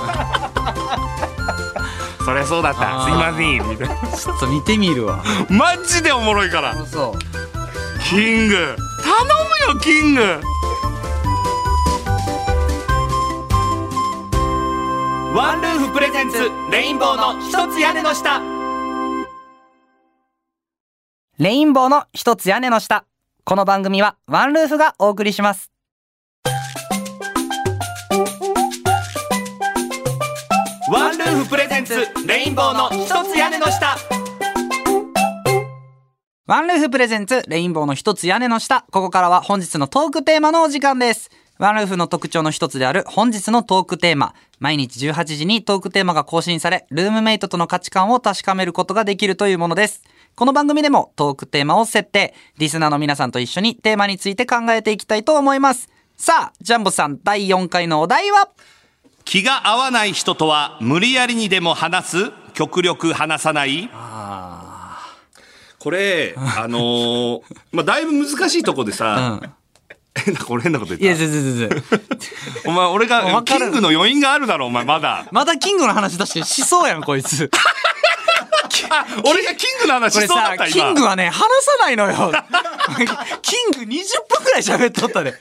Speaker 2: そりゃそうだった。すいません、みたいな。
Speaker 3: ちょっと見てみるわ。
Speaker 2: マジでおもろいから。
Speaker 3: そう。
Speaker 2: キング頼むよキングワンルーフプレゼンツレインボーの一つ屋根の下
Speaker 4: レインボーの一つ屋根の下。この番組はワンルーフがお送りします。
Speaker 2: ワンルーフプレゼンツレインボーの一つ屋根の下
Speaker 4: ワンルーフプレゼンツ、レインボーの一つ屋根の下。ここからは本日のトークテーマのお時間です。ワンルーフの特徴の一つである本日のトークテーマ。毎日18時にトークテーマが更新され、ルームメイトとの価値観を確かめることができるというものです。この番組でもトークテーマを設定、リスナーの皆さんと一緒にテーマについて考えていきたいと思います。さあ、ジャンボさん第4回のお題は
Speaker 2: 気が合わない人とは無理やりにでも話す極力話さないこれあのー まあだいぶ難しいとこでさ、変なこれ変なこと言った
Speaker 3: いや、全然全然。
Speaker 2: お前、俺が、
Speaker 3: わ
Speaker 2: キ
Speaker 3: かる
Speaker 2: ングの余韻があるだろ、お前、まだ。
Speaker 3: またキングの話出してしそうやん、こ いつ。
Speaker 2: あ、俺がキングの話
Speaker 3: こ
Speaker 2: し
Speaker 3: れ
Speaker 2: そうだ
Speaker 3: さ
Speaker 2: っ、た、
Speaker 3: キン
Speaker 2: 今
Speaker 3: グ。はね、話さないのよ。キング20分くらい喋っとったで。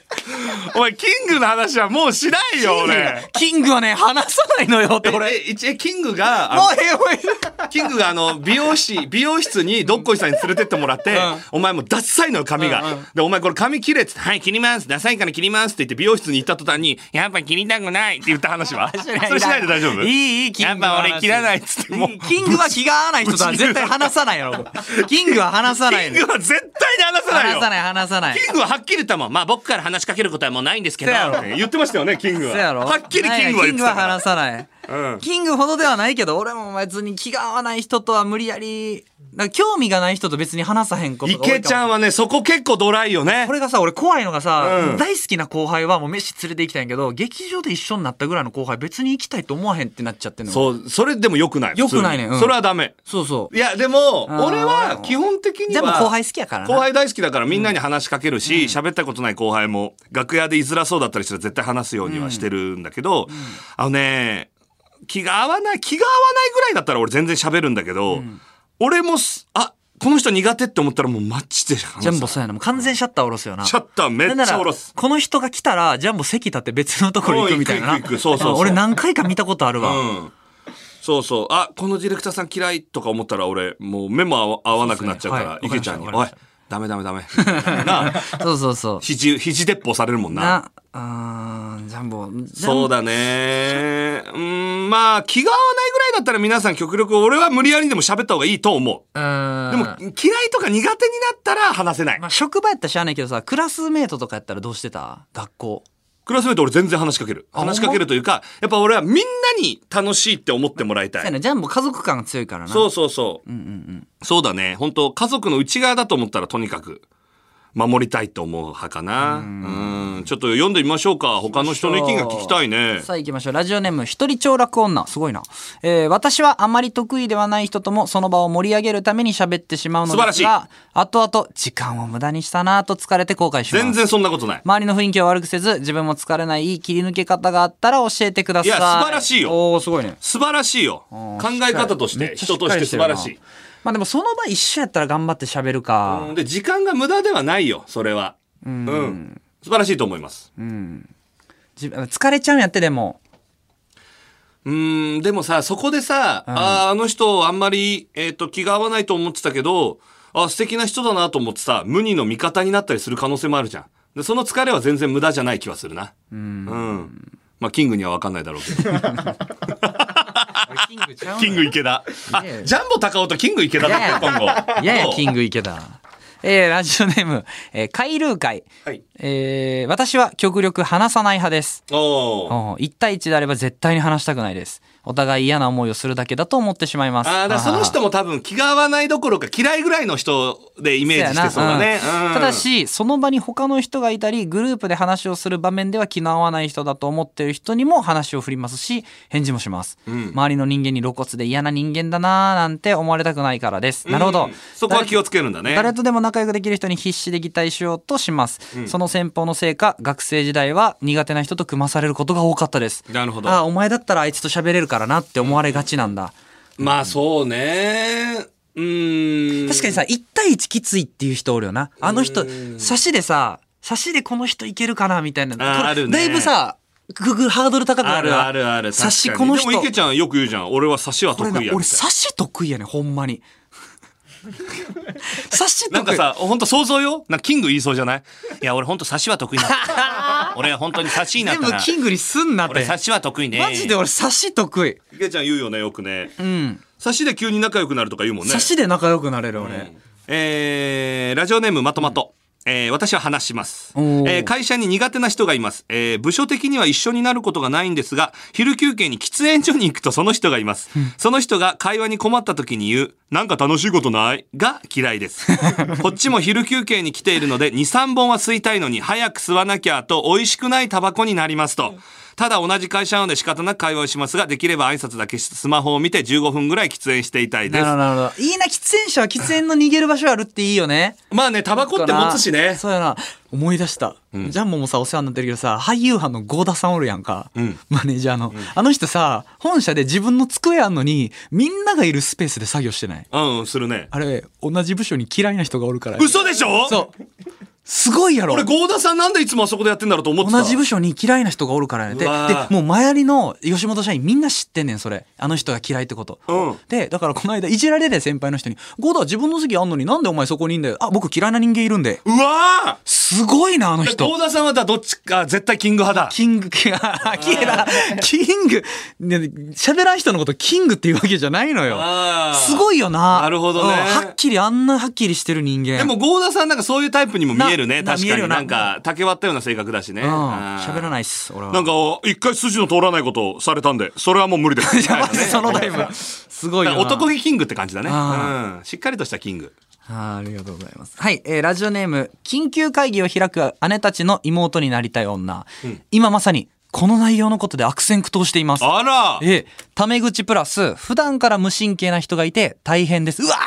Speaker 2: お前、キングの話はもうしないよ、俺。
Speaker 3: キングはね、話さないのよって俺。もう
Speaker 2: 俺、一応、キングが、あの
Speaker 3: ええよ、もうええよ
Speaker 2: キングがあの、美容師、 美容室にどっこいさんに連れてってもらって、お前もうダッサいのよ、髪が。で、お前これ髪切れっつって、はい、切ります、ダサいから切りますって言って美容室に行った途端に、やっぱ切りたくないって言った話はそれしないで大丈夫
Speaker 3: いい、いい、キング
Speaker 2: やっぱ俺切らないっつって、もう。
Speaker 3: キングは気が合わない人とは絶対話さないやろ。キングは話さない
Speaker 2: キン
Speaker 3: のよ。
Speaker 2: グは絶対に話さないよ
Speaker 3: 話さない、話さない。
Speaker 2: キングははっきり言ったもん。まあ僕から話しかけることはもうないんですけど。
Speaker 3: そうやろ
Speaker 2: 言ってましたよね、キング
Speaker 3: そうや
Speaker 2: は。
Speaker 3: ろ
Speaker 2: はっきりキングは
Speaker 3: キ
Speaker 2: 言っ
Speaker 3: ン
Speaker 2: て
Speaker 3: グ
Speaker 2: た
Speaker 3: は
Speaker 2: から。
Speaker 3: 話さない。
Speaker 2: うん
Speaker 3: キングほどではないけど、俺も別に気が合わない人とは無理やり、なんか興味がない人と別に話さへんことが多いかも
Speaker 2: 池ちゃんはね、そこ結構ドライよね
Speaker 3: こ。れがさ、俺怖いのがさ、
Speaker 2: うん
Speaker 3: 大好きな後輩はもう飯連れて行きたいんやけど、劇場で一緒になったぐらいの後輩別に行きたいと思わへんってなっちゃってんのよ。
Speaker 2: そう、それでも良くない。
Speaker 3: 良くないね
Speaker 2: 普通に
Speaker 3: うん
Speaker 2: それはダメ。
Speaker 3: そうそ
Speaker 2: いや、でも、
Speaker 3: ー
Speaker 2: 俺は基本的
Speaker 3: う。
Speaker 2: に
Speaker 3: で
Speaker 2: は。
Speaker 3: も後輩好きやからな。
Speaker 2: 後輩大好きだからみんなに話しかけるし、喋、ったことない後輩も、楽屋で居づらそうだったりしたら絶対話すようにはしてるんだけど、あのね、気が合わない、気が合わないぐらいだったら俺全然喋るんだけど、俺もす、あ、この人苦手って思ったらもうマッチで話す。
Speaker 3: ジャンボそうやな。もう完全シャッター下ろすよな。
Speaker 2: シャッターめっ
Speaker 3: なんな
Speaker 2: ちゃ
Speaker 3: ら
Speaker 2: 下ろす。
Speaker 3: この人が来たら、ジャンボ席立って別のところ行くみたいなな。
Speaker 2: おう行く行く行くそうそうそう
Speaker 3: 俺何回か見たことある
Speaker 2: う
Speaker 3: わ。
Speaker 2: ん。そうそう。あ、このディレクターさん嫌いとか思ったら俺、もう目も合わ合わなくなっちゃうから、
Speaker 3: そうですねはい
Speaker 2: 池ちゃんに、
Speaker 3: わかり
Speaker 2: お
Speaker 3: ま
Speaker 2: い
Speaker 3: した、
Speaker 2: ダメダメダメ。 なあ、
Speaker 3: そうそうそう。
Speaker 2: 肘、肘鉄砲されるもんな。
Speaker 3: な、あージャンボ。
Speaker 2: そうだね。うん、まあ、気が合わないぐらいだったら皆さん極力俺は無理やりでも喋った方がいいと思う。
Speaker 3: うーん。
Speaker 2: でも、嫌いとか苦手になったら話せない
Speaker 3: ま。あ、職場やったらしゃあないけどさ、クラスメートとかやったらどうしてた学校。
Speaker 2: クラスメート俺全然話しかける。
Speaker 3: ほんま
Speaker 2: 話しかけるというか、やっぱ俺はみんなに楽しいって思ってもらいた
Speaker 3: そうや
Speaker 2: い。
Speaker 3: な、ジャンボ家族感が強いからな。
Speaker 2: そうそうそう。そうだね。本当家族の内側だと思ったらとにかく。守りたいと思う派かな。うんちょっと読んでみましょうか。他の人の意見が聞きたいね。
Speaker 3: さあ行きましょう。ラジオネーム、一人長楽女。すごいな。えー私はあまり得意ではない人とも、その場を盛り上げるために喋ってしまうのです
Speaker 2: 素晴ら
Speaker 3: が、後々、時間を無駄にしたなぁと疲れて後悔します。
Speaker 2: 全然そんなことない。
Speaker 3: 周りの雰囲気を悪くせず、自分も疲れないいい切り抜け方があったら教えてくださ
Speaker 2: い
Speaker 3: い。
Speaker 2: や素晴らしいよ
Speaker 3: おー、すごいね。
Speaker 2: 素晴らしいよ。考え方とし、
Speaker 3: めってちゃ
Speaker 2: 人として
Speaker 3: し
Speaker 2: 素
Speaker 3: っか
Speaker 2: 晴ら
Speaker 3: りて
Speaker 2: し
Speaker 3: る
Speaker 2: い
Speaker 3: な。まあでもその場一緒やったら頑張って喋るか。
Speaker 2: うんで、時間が無駄ではないよ、それは。うん。素晴らしいと思います。
Speaker 3: 自分疲れちゃうんやって、でも。
Speaker 2: うーん、でもさ、そこでさ、あーあの人あんまり、えっ、と、気が合わないと思ってたけど、あ素敵な人だなと思ってさ、無二の味方になったりする可能性もあるじゃん。で、その疲れは全然無駄じゃない気はするな。うん。まあ、キングには分かんないだろうけど。
Speaker 5: キングちゃう
Speaker 2: キング池田。あ、ジャンボ高尾とキング池田だ
Speaker 3: やや
Speaker 2: って、今後。
Speaker 3: ややキン
Speaker 2: グ。
Speaker 3: グ池田。えー、ラジオネーム、えー、カイルー会。
Speaker 2: はい。
Speaker 3: えー、私は極力話さない派です。
Speaker 2: おー。
Speaker 3: 1対1であれば絶対に話したくないです。お互い嫌な思いをするだけだと思ってしまいます。
Speaker 2: あーだからその人も多分気が合わないどころか嫌いぐらいの人でイメージしてそうだね。
Speaker 3: やな
Speaker 2: うん
Speaker 3: ただ、しその場に他の人がいたりグループで話をする場面では気の合わない人だと思っている人にも話を振りますし返事もします、周りの人間に露骨で嫌な人間だなーなんて思われたくないからです、なるほ
Speaker 2: う
Speaker 3: ど
Speaker 2: んそこは気をつけるんだね。
Speaker 3: 誰とでも仲良くできる人に必死で擬態しようとします、その戦法のせいか学生時代は苦手な人と組まされることが多かったです
Speaker 2: なるほど
Speaker 3: ああお前だったらあいつと喋れるからなって思われがちなんだ、
Speaker 2: まあそうね。うーん。
Speaker 3: 確かにさ、1対1きついっていう人おるよな。あの人、差しでさ、差しでこの人いけるかなみたいな。
Speaker 2: あー
Speaker 3: これ
Speaker 2: あるね
Speaker 3: だいぶさ、ぐぐハードル高くな
Speaker 2: あ
Speaker 3: る
Speaker 2: る
Speaker 3: わ
Speaker 2: あるある。
Speaker 3: 差し
Speaker 2: 確
Speaker 3: こ
Speaker 2: かに
Speaker 3: の人。
Speaker 2: でも池ちゃんよく言うじゃん。俺は差しは
Speaker 3: こ
Speaker 2: 得
Speaker 3: れな
Speaker 2: 意やみ
Speaker 3: 俺
Speaker 2: たい
Speaker 3: 差し得意やねんほん まに。差し得
Speaker 2: な
Speaker 3: 意。
Speaker 2: なんかさ、ほんと想像よ。なんかキング言いそうじゃないいや、俺ほんと差しは得意な。 俺は本当に差しになっ
Speaker 3: 全
Speaker 2: た
Speaker 3: 部
Speaker 2: な。
Speaker 3: キングにすんなって
Speaker 2: 俺。差しは得意ね。
Speaker 3: マジで俺差し得意。
Speaker 2: 池ちゃん言うよね、よくね。うん。差しで急に仲良くなるとか言うもんね。
Speaker 3: 差しで仲良くなれる俺。
Speaker 2: えーラジオネームまとまと。えー私は話します、え
Speaker 3: おー
Speaker 2: ー会社に苦手な人がいます、えー部署的には一緒になることがないんですが昼休憩に喫煙所に行くとその人がいます、その人が会話に困った時に言う「なんか楽しいことない?」が嫌いです こっちも昼休憩に来ているので23本は吸いたいのに早く吸わなきゃと美味しくないタバコになりますと。ただ同じ会社なので仕方なく会話をしますができれば挨拶だけしスマホを見て15分ぐらい喫煙していたいです
Speaker 3: なるほどなるほど。いいな、喫煙者は喫煙の逃げる場所あるっていいよね。
Speaker 2: まあね、タバコって持つしね。
Speaker 3: そうやな。思い出した。ジャンボもさ、お世話になってるけどさ、俳優班の郷田さんおるやんか。マネージャーの、あの人さ、本社で自分の机あんのに、みんながいるスペースで作業してない。
Speaker 2: うんうん、するね。
Speaker 3: あれ、同じ部署に嫌いな人がおるから。
Speaker 2: 嘘でしょ
Speaker 3: そう。すごいやろ
Speaker 2: 俺、。郷田さんなんでいつもあそこでやってんだろうと思ってた。
Speaker 3: 同じ部署に嫌いな人がおるからね。で、
Speaker 2: う
Speaker 3: で
Speaker 2: わー
Speaker 3: もう前やりの吉本社員みんな知ってんねん、それ。あの人が嫌いってこと。
Speaker 2: うん
Speaker 3: で、だからこの間いじられて先輩の人に、ゴダ自分の席あんのになんでお前そこにいんだよ。あ、僕嫌いな人間いるんで。
Speaker 2: うわー
Speaker 3: すごいな、あの人。
Speaker 2: 郷田さんはだどっちか絶対キング派だ。
Speaker 3: キング、 キング、キング、ね喋らん人のことキングっていうわけじゃないのよ。す
Speaker 2: い。
Speaker 3: ごいよな。
Speaker 2: なるほどね
Speaker 3: うんはっきり、あんなはっきりしてる人間。
Speaker 2: でも郷田さんなんかそういうタイプにも見えるね。
Speaker 3: なな
Speaker 2: 確
Speaker 3: 見え
Speaker 2: かに
Speaker 3: るよ
Speaker 2: な
Speaker 3: なん
Speaker 2: か竹割ったような性格だしね。
Speaker 3: うん、
Speaker 2: あー
Speaker 3: 喋らないっす、俺は。
Speaker 2: なんか、お一回筋の通らないことをされたんで、それはもう無理です。
Speaker 3: いや、ま
Speaker 2: みたいな
Speaker 3: ず
Speaker 2: ね
Speaker 3: そのタイ プ。すごい
Speaker 2: だ
Speaker 3: よ
Speaker 2: か
Speaker 3: な。
Speaker 2: ら男気キングって感じだね。
Speaker 3: あ
Speaker 2: うん。しっかりとしたキング。
Speaker 3: あーありがとうございます。はい、えーラジオネーム、緊急会議を開く姉たちの妹になりたい女。今まさに、この内容のことで悪戦苦闘しています。
Speaker 2: あら
Speaker 3: ええ、タメ口プラス、普段から無神経な人がいて大変です。うわー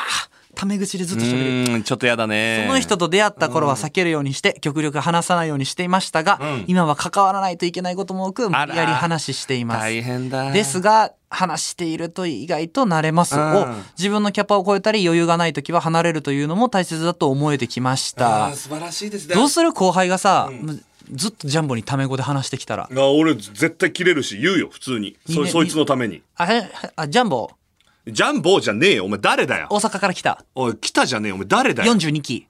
Speaker 3: タメ口でずっと喋る。
Speaker 2: うん、ちょっとやだね。
Speaker 3: その人と出会った頃は避けるようにして、極力話さないようにしていましたが、今は関わらないといけないことも多く、無
Speaker 2: あら
Speaker 3: 理やり話しています。
Speaker 2: 大変だ。
Speaker 3: ですが、話していると意外と慣れます。
Speaker 2: ん
Speaker 3: を、自分のキャパを超えたり余裕がない時は離れるというのも大切だと思えてきまし
Speaker 2: あ
Speaker 3: た
Speaker 2: ー。素晴らしいですね。
Speaker 3: どうする後輩がさ、ずっとジャンボにタメ語で話してきたら。
Speaker 2: あ俺絶対切れるし言うよ普通にそ
Speaker 3: ね
Speaker 2: そいつのために
Speaker 3: あれあ、ジャンボ、
Speaker 2: ジャンボじゃねえよお前誰だよ
Speaker 3: 大阪から来た。
Speaker 2: おい来たじゃねえよお前誰だよ
Speaker 3: 42期。
Speaker 2: い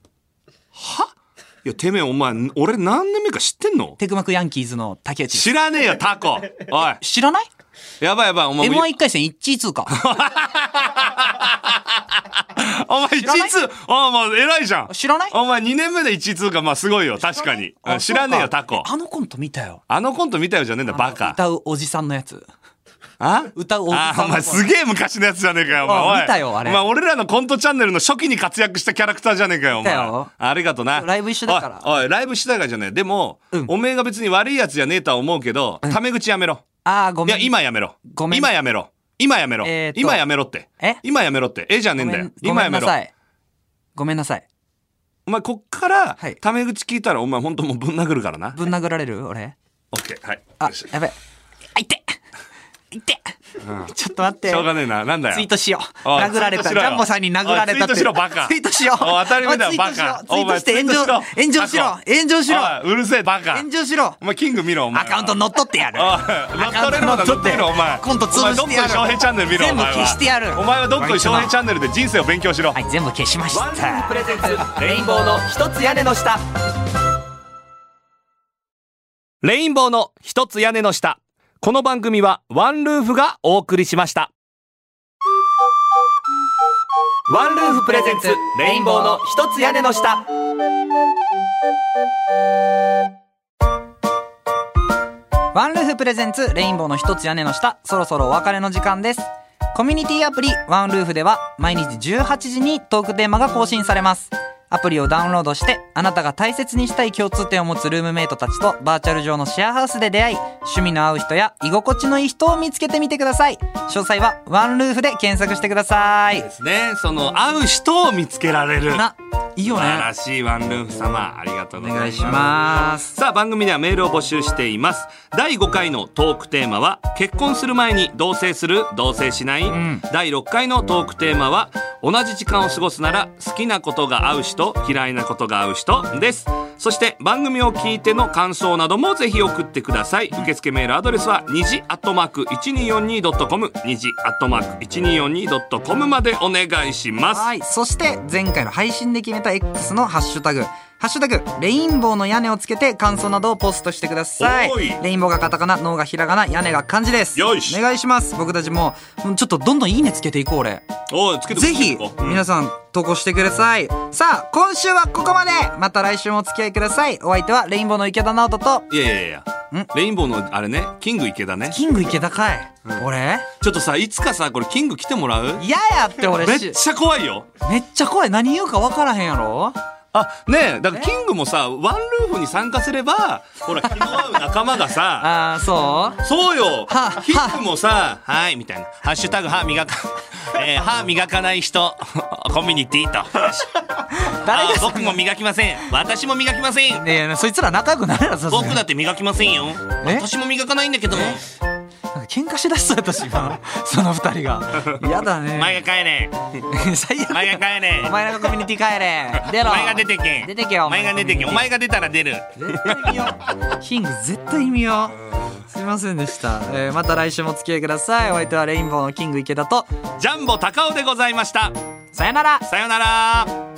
Speaker 2: やてめえお前俺何年目か知ってんの
Speaker 3: テクマクヤンキーズの竹内。
Speaker 2: 知らねえよタ コおい
Speaker 3: 知らない
Speaker 2: やばいやばいお前
Speaker 3: ?M11 回戦1位通過。
Speaker 2: お前
Speaker 3: らない
Speaker 2: 一通お前もう偉いじゃん
Speaker 3: 知らない
Speaker 2: お前2年目で一通かまあすごいよ確かにうん知らねえよタコ
Speaker 3: あのコント見たよ。
Speaker 2: あのコント見たよじゃねえんだバカ
Speaker 3: 歌うおじさんのやつ。あ歌うおじ
Speaker 2: あー
Speaker 3: さ
Speaker 2: お
Speaker 3: んの
Speaker 2: 前すげえ昔のやつじゃねえかよ、お前
Speaker 3: あ
Speaker 2: おい。
Speaker 3: 見たよあれ
Speaker 2: お前俺らのコントチャンネルの初期に活躍したキャラクターじゃねえかよ、お前。
Speaker 3: 見たよ
Speaker 2: ありがとな。
Speaker 3: ライブ一緒だから
Speaker 2: おい、おいライブ一緒だからじゃねえ。でも、おめえが別に悪いやつじゃねえとは思うけど、タメ口やめろ。
Speaker 3: あーご
Speaker 2: い
Speaker 3: め
Speaker 2: や、
Speaker 3: ん
Speaker 2: 今やめろ。
Speaker 3: ごめん
Speaker 2: 今やめろ。今やめろ。
Speaker 3: えーと
Speaker 2: 今やめろって。
Speaker 3: え
Speaker 2: 今やめろって。えじゃねえんだよ。
Speaker 3: ごめんご
Speaker 2: 今
Speaker 3: め
Speaker 2: や
Speaker 3: ん
Speaker 2: め
Speaker 3: な
Speaker 2: ろ。
Speaker 3: さいごめんなさい
Speaker 2: お前、こっから、
Speaker 3: はい
Speaker 2: タメ口聞いたら、お前、本当もうぶん殴るからな。
Speaker 3: ぶん殴られる俺
Speaker 2: オッケー、はい。
Speaker 3: あ
Speaker 2: よし
Speaker 3: やべあいていてちょっと待って
Speaker 2: しょうがねえな。なんだよ。
Speaker 3: ツイートしよう。
Speaker 2: おい
Speaker 3: 殴られた。
Speaker 2: ツイートし
Speaker 3: ジ
Speaker 2: ろよ
Speaker 3: ャンボさんに殴られたって。
Speaker 2: おいツイートしろバカ
Speaker 3: ツイートしよう。
Speaker 2: おい当たり前だよ
Speaker 3: おいツイートし
Speaker 2: バ
Speaker 3: よう
Speaker 2: カ
Speaker 3: ツイートし
Speaker 2: お前
Speaker 3: て
Speaker 2: ツイー
Speaker 3: 炎上
Speaker 2: トしろ
Speaker 3: 炎上しろ
Speaker 2: バカお
Speaker 3: 炎上しろ
Speaker 2: いうるせえ、バカ。
Speaker 3: 炎上しろ
Speaker 2: お前、キング見ろ、お前。
Speaker 3: アカウント乗っ取ってやる。
Speaker 2: おい乗っ取れるのだ乗ってみろお前
Speaker 3: コント潰してやる。
Speaker 2: お前どっこい翔平チャンネル見ろ
Speaker 3: 全部
Speaker 2: お前は
Speaker 3: 消してやる。
Speaker 2: お前はどっこい翔平チ
Speaker 3: ャン
Speaker 2: ャンネルで人生を勉強しろ
Speaker 3: はい、全部消しました。
Speaker 6: プレゼンツレインボーの一つ屋根の下
Speaker 2: レインボーの一つ屋根の下この番組はワンルーフがお送りしましたワンルーフプレゼンツレインボーの
Speaker 6: 一つ屋根の下
Speaker 3: ワンルーフプレゼンツレインボーの一つ屋根の下そろそろお別れの時間ですコミュニティアプリワンルーフでは毎日18時にトークテーマが更新されますアプリをダウンロードしてあなたが大切にしたい共通点を持つルームメイトたちとバーチャル上のシェアハウスで出会い趣味の合う人や居心地のいい人を見つけてみてください詳細はワンルーフで検索してください
Speaker 2: ですねその会う人を見つけられる
Speaker 3: ないいよ
Speaker 2: 素晴
Speaker 3: ね
Speaker 2: らしいワンルーフ様ありがとうござい
Speaker 3: お願
Speaker 2: ま
Speaker 3: い
Speaker 2: す
Speaker 3: します
Speaker 2: さあ番組ではメールを募集しています第5回のトークテーマは結婚する前に同棲する同棲しない、
Speaker 3: ん
Speaker 2: 第6回のトークテーマは同じ時間を過ごすなら好きなことが合う人嫌いなことが合う人ですそして番組を聞いての感想などもぜひ送ってください受付メールアドレスは2時アットマーク 1242.com 2時アットマーク 1242.com までお願いします
Speaker 3: はい。そして、前回の配信で決めた X のハッシュタグ。ハッシュタグ、レインボーの屋根をつけて感想などをポストしてください
Speaker 2: おい。
Speaker 3: レインボーがカタカナ、脳がひらがな、屋根が漢字です。
Speaker 2: よし
Speaker 3: お願いします。僕たちも、もうちょっとどんどんいいねつけていこう、俺。
Speaker 2: おいつけてこ
Speaker 3: ぜひ、皆
Speaker 2: さ
Speaker 3: さん投稿してください。さあ、今週はここまでまた来週もお付き合いください。お相手は、レインボーの池田直人と、
Speaker 2: んいやいやいやレインボーのあれねキング池田ね
Speaker 3: キング池田かい。俺
Speaker 2: ちょっとさいつかさこれキング来てもらう
Speaker 3: 嫌やって俺
Speaker 2: めっ
Speaker 3: し
Speaker 2: ちゃ怖いよ
Speaker 3: めっちゃ怖い。何言うか分からへんやろ
Speaker 2: あねえだからキングもさワンルーフに参加すればほら気の合う仲間がさ
Speaker 3: ああ、そう
Speaker 2: そうよ
Speaker 3: は
Speaker 2: キングもさ「はい」みたいな「ハッシュタグ歯磨か、 えー歯磨かない人コミュニティ」と
Speaker 3: 誰
Speaker 2: あ僕も磨きません私も磨きません
Speaker 3: いやいやそいつら仲良くなれなさすがに
Speaker 2: 僕だって磨きませんよ
Speaker 3: え
Speaker 2: 私も磨かないんだけど
Speaker 3: なんか喧嘩しだしそうやったし今その二人が 嫌だね
Speaker 2: 前が帰れ
Speaker 3: 最悪
Speaker 2: 前が帰れ
Speaker 3: お前らがコミュニティ帰れ出ろ
Speaker 2: 前が出てけ
Speaker 3: 出てけよ
Speaker 2: お前が出てけお前が出たら出る
Speaker 3: 絶対見ようキング絶対見ようすいませんでした、えーまた来週もお付き合いくださいお相手はレインボーのキング池田と
Speaker 2: ジャンボ高尾でございました
Speaker 3: さよなら
Speaker 2: さよなら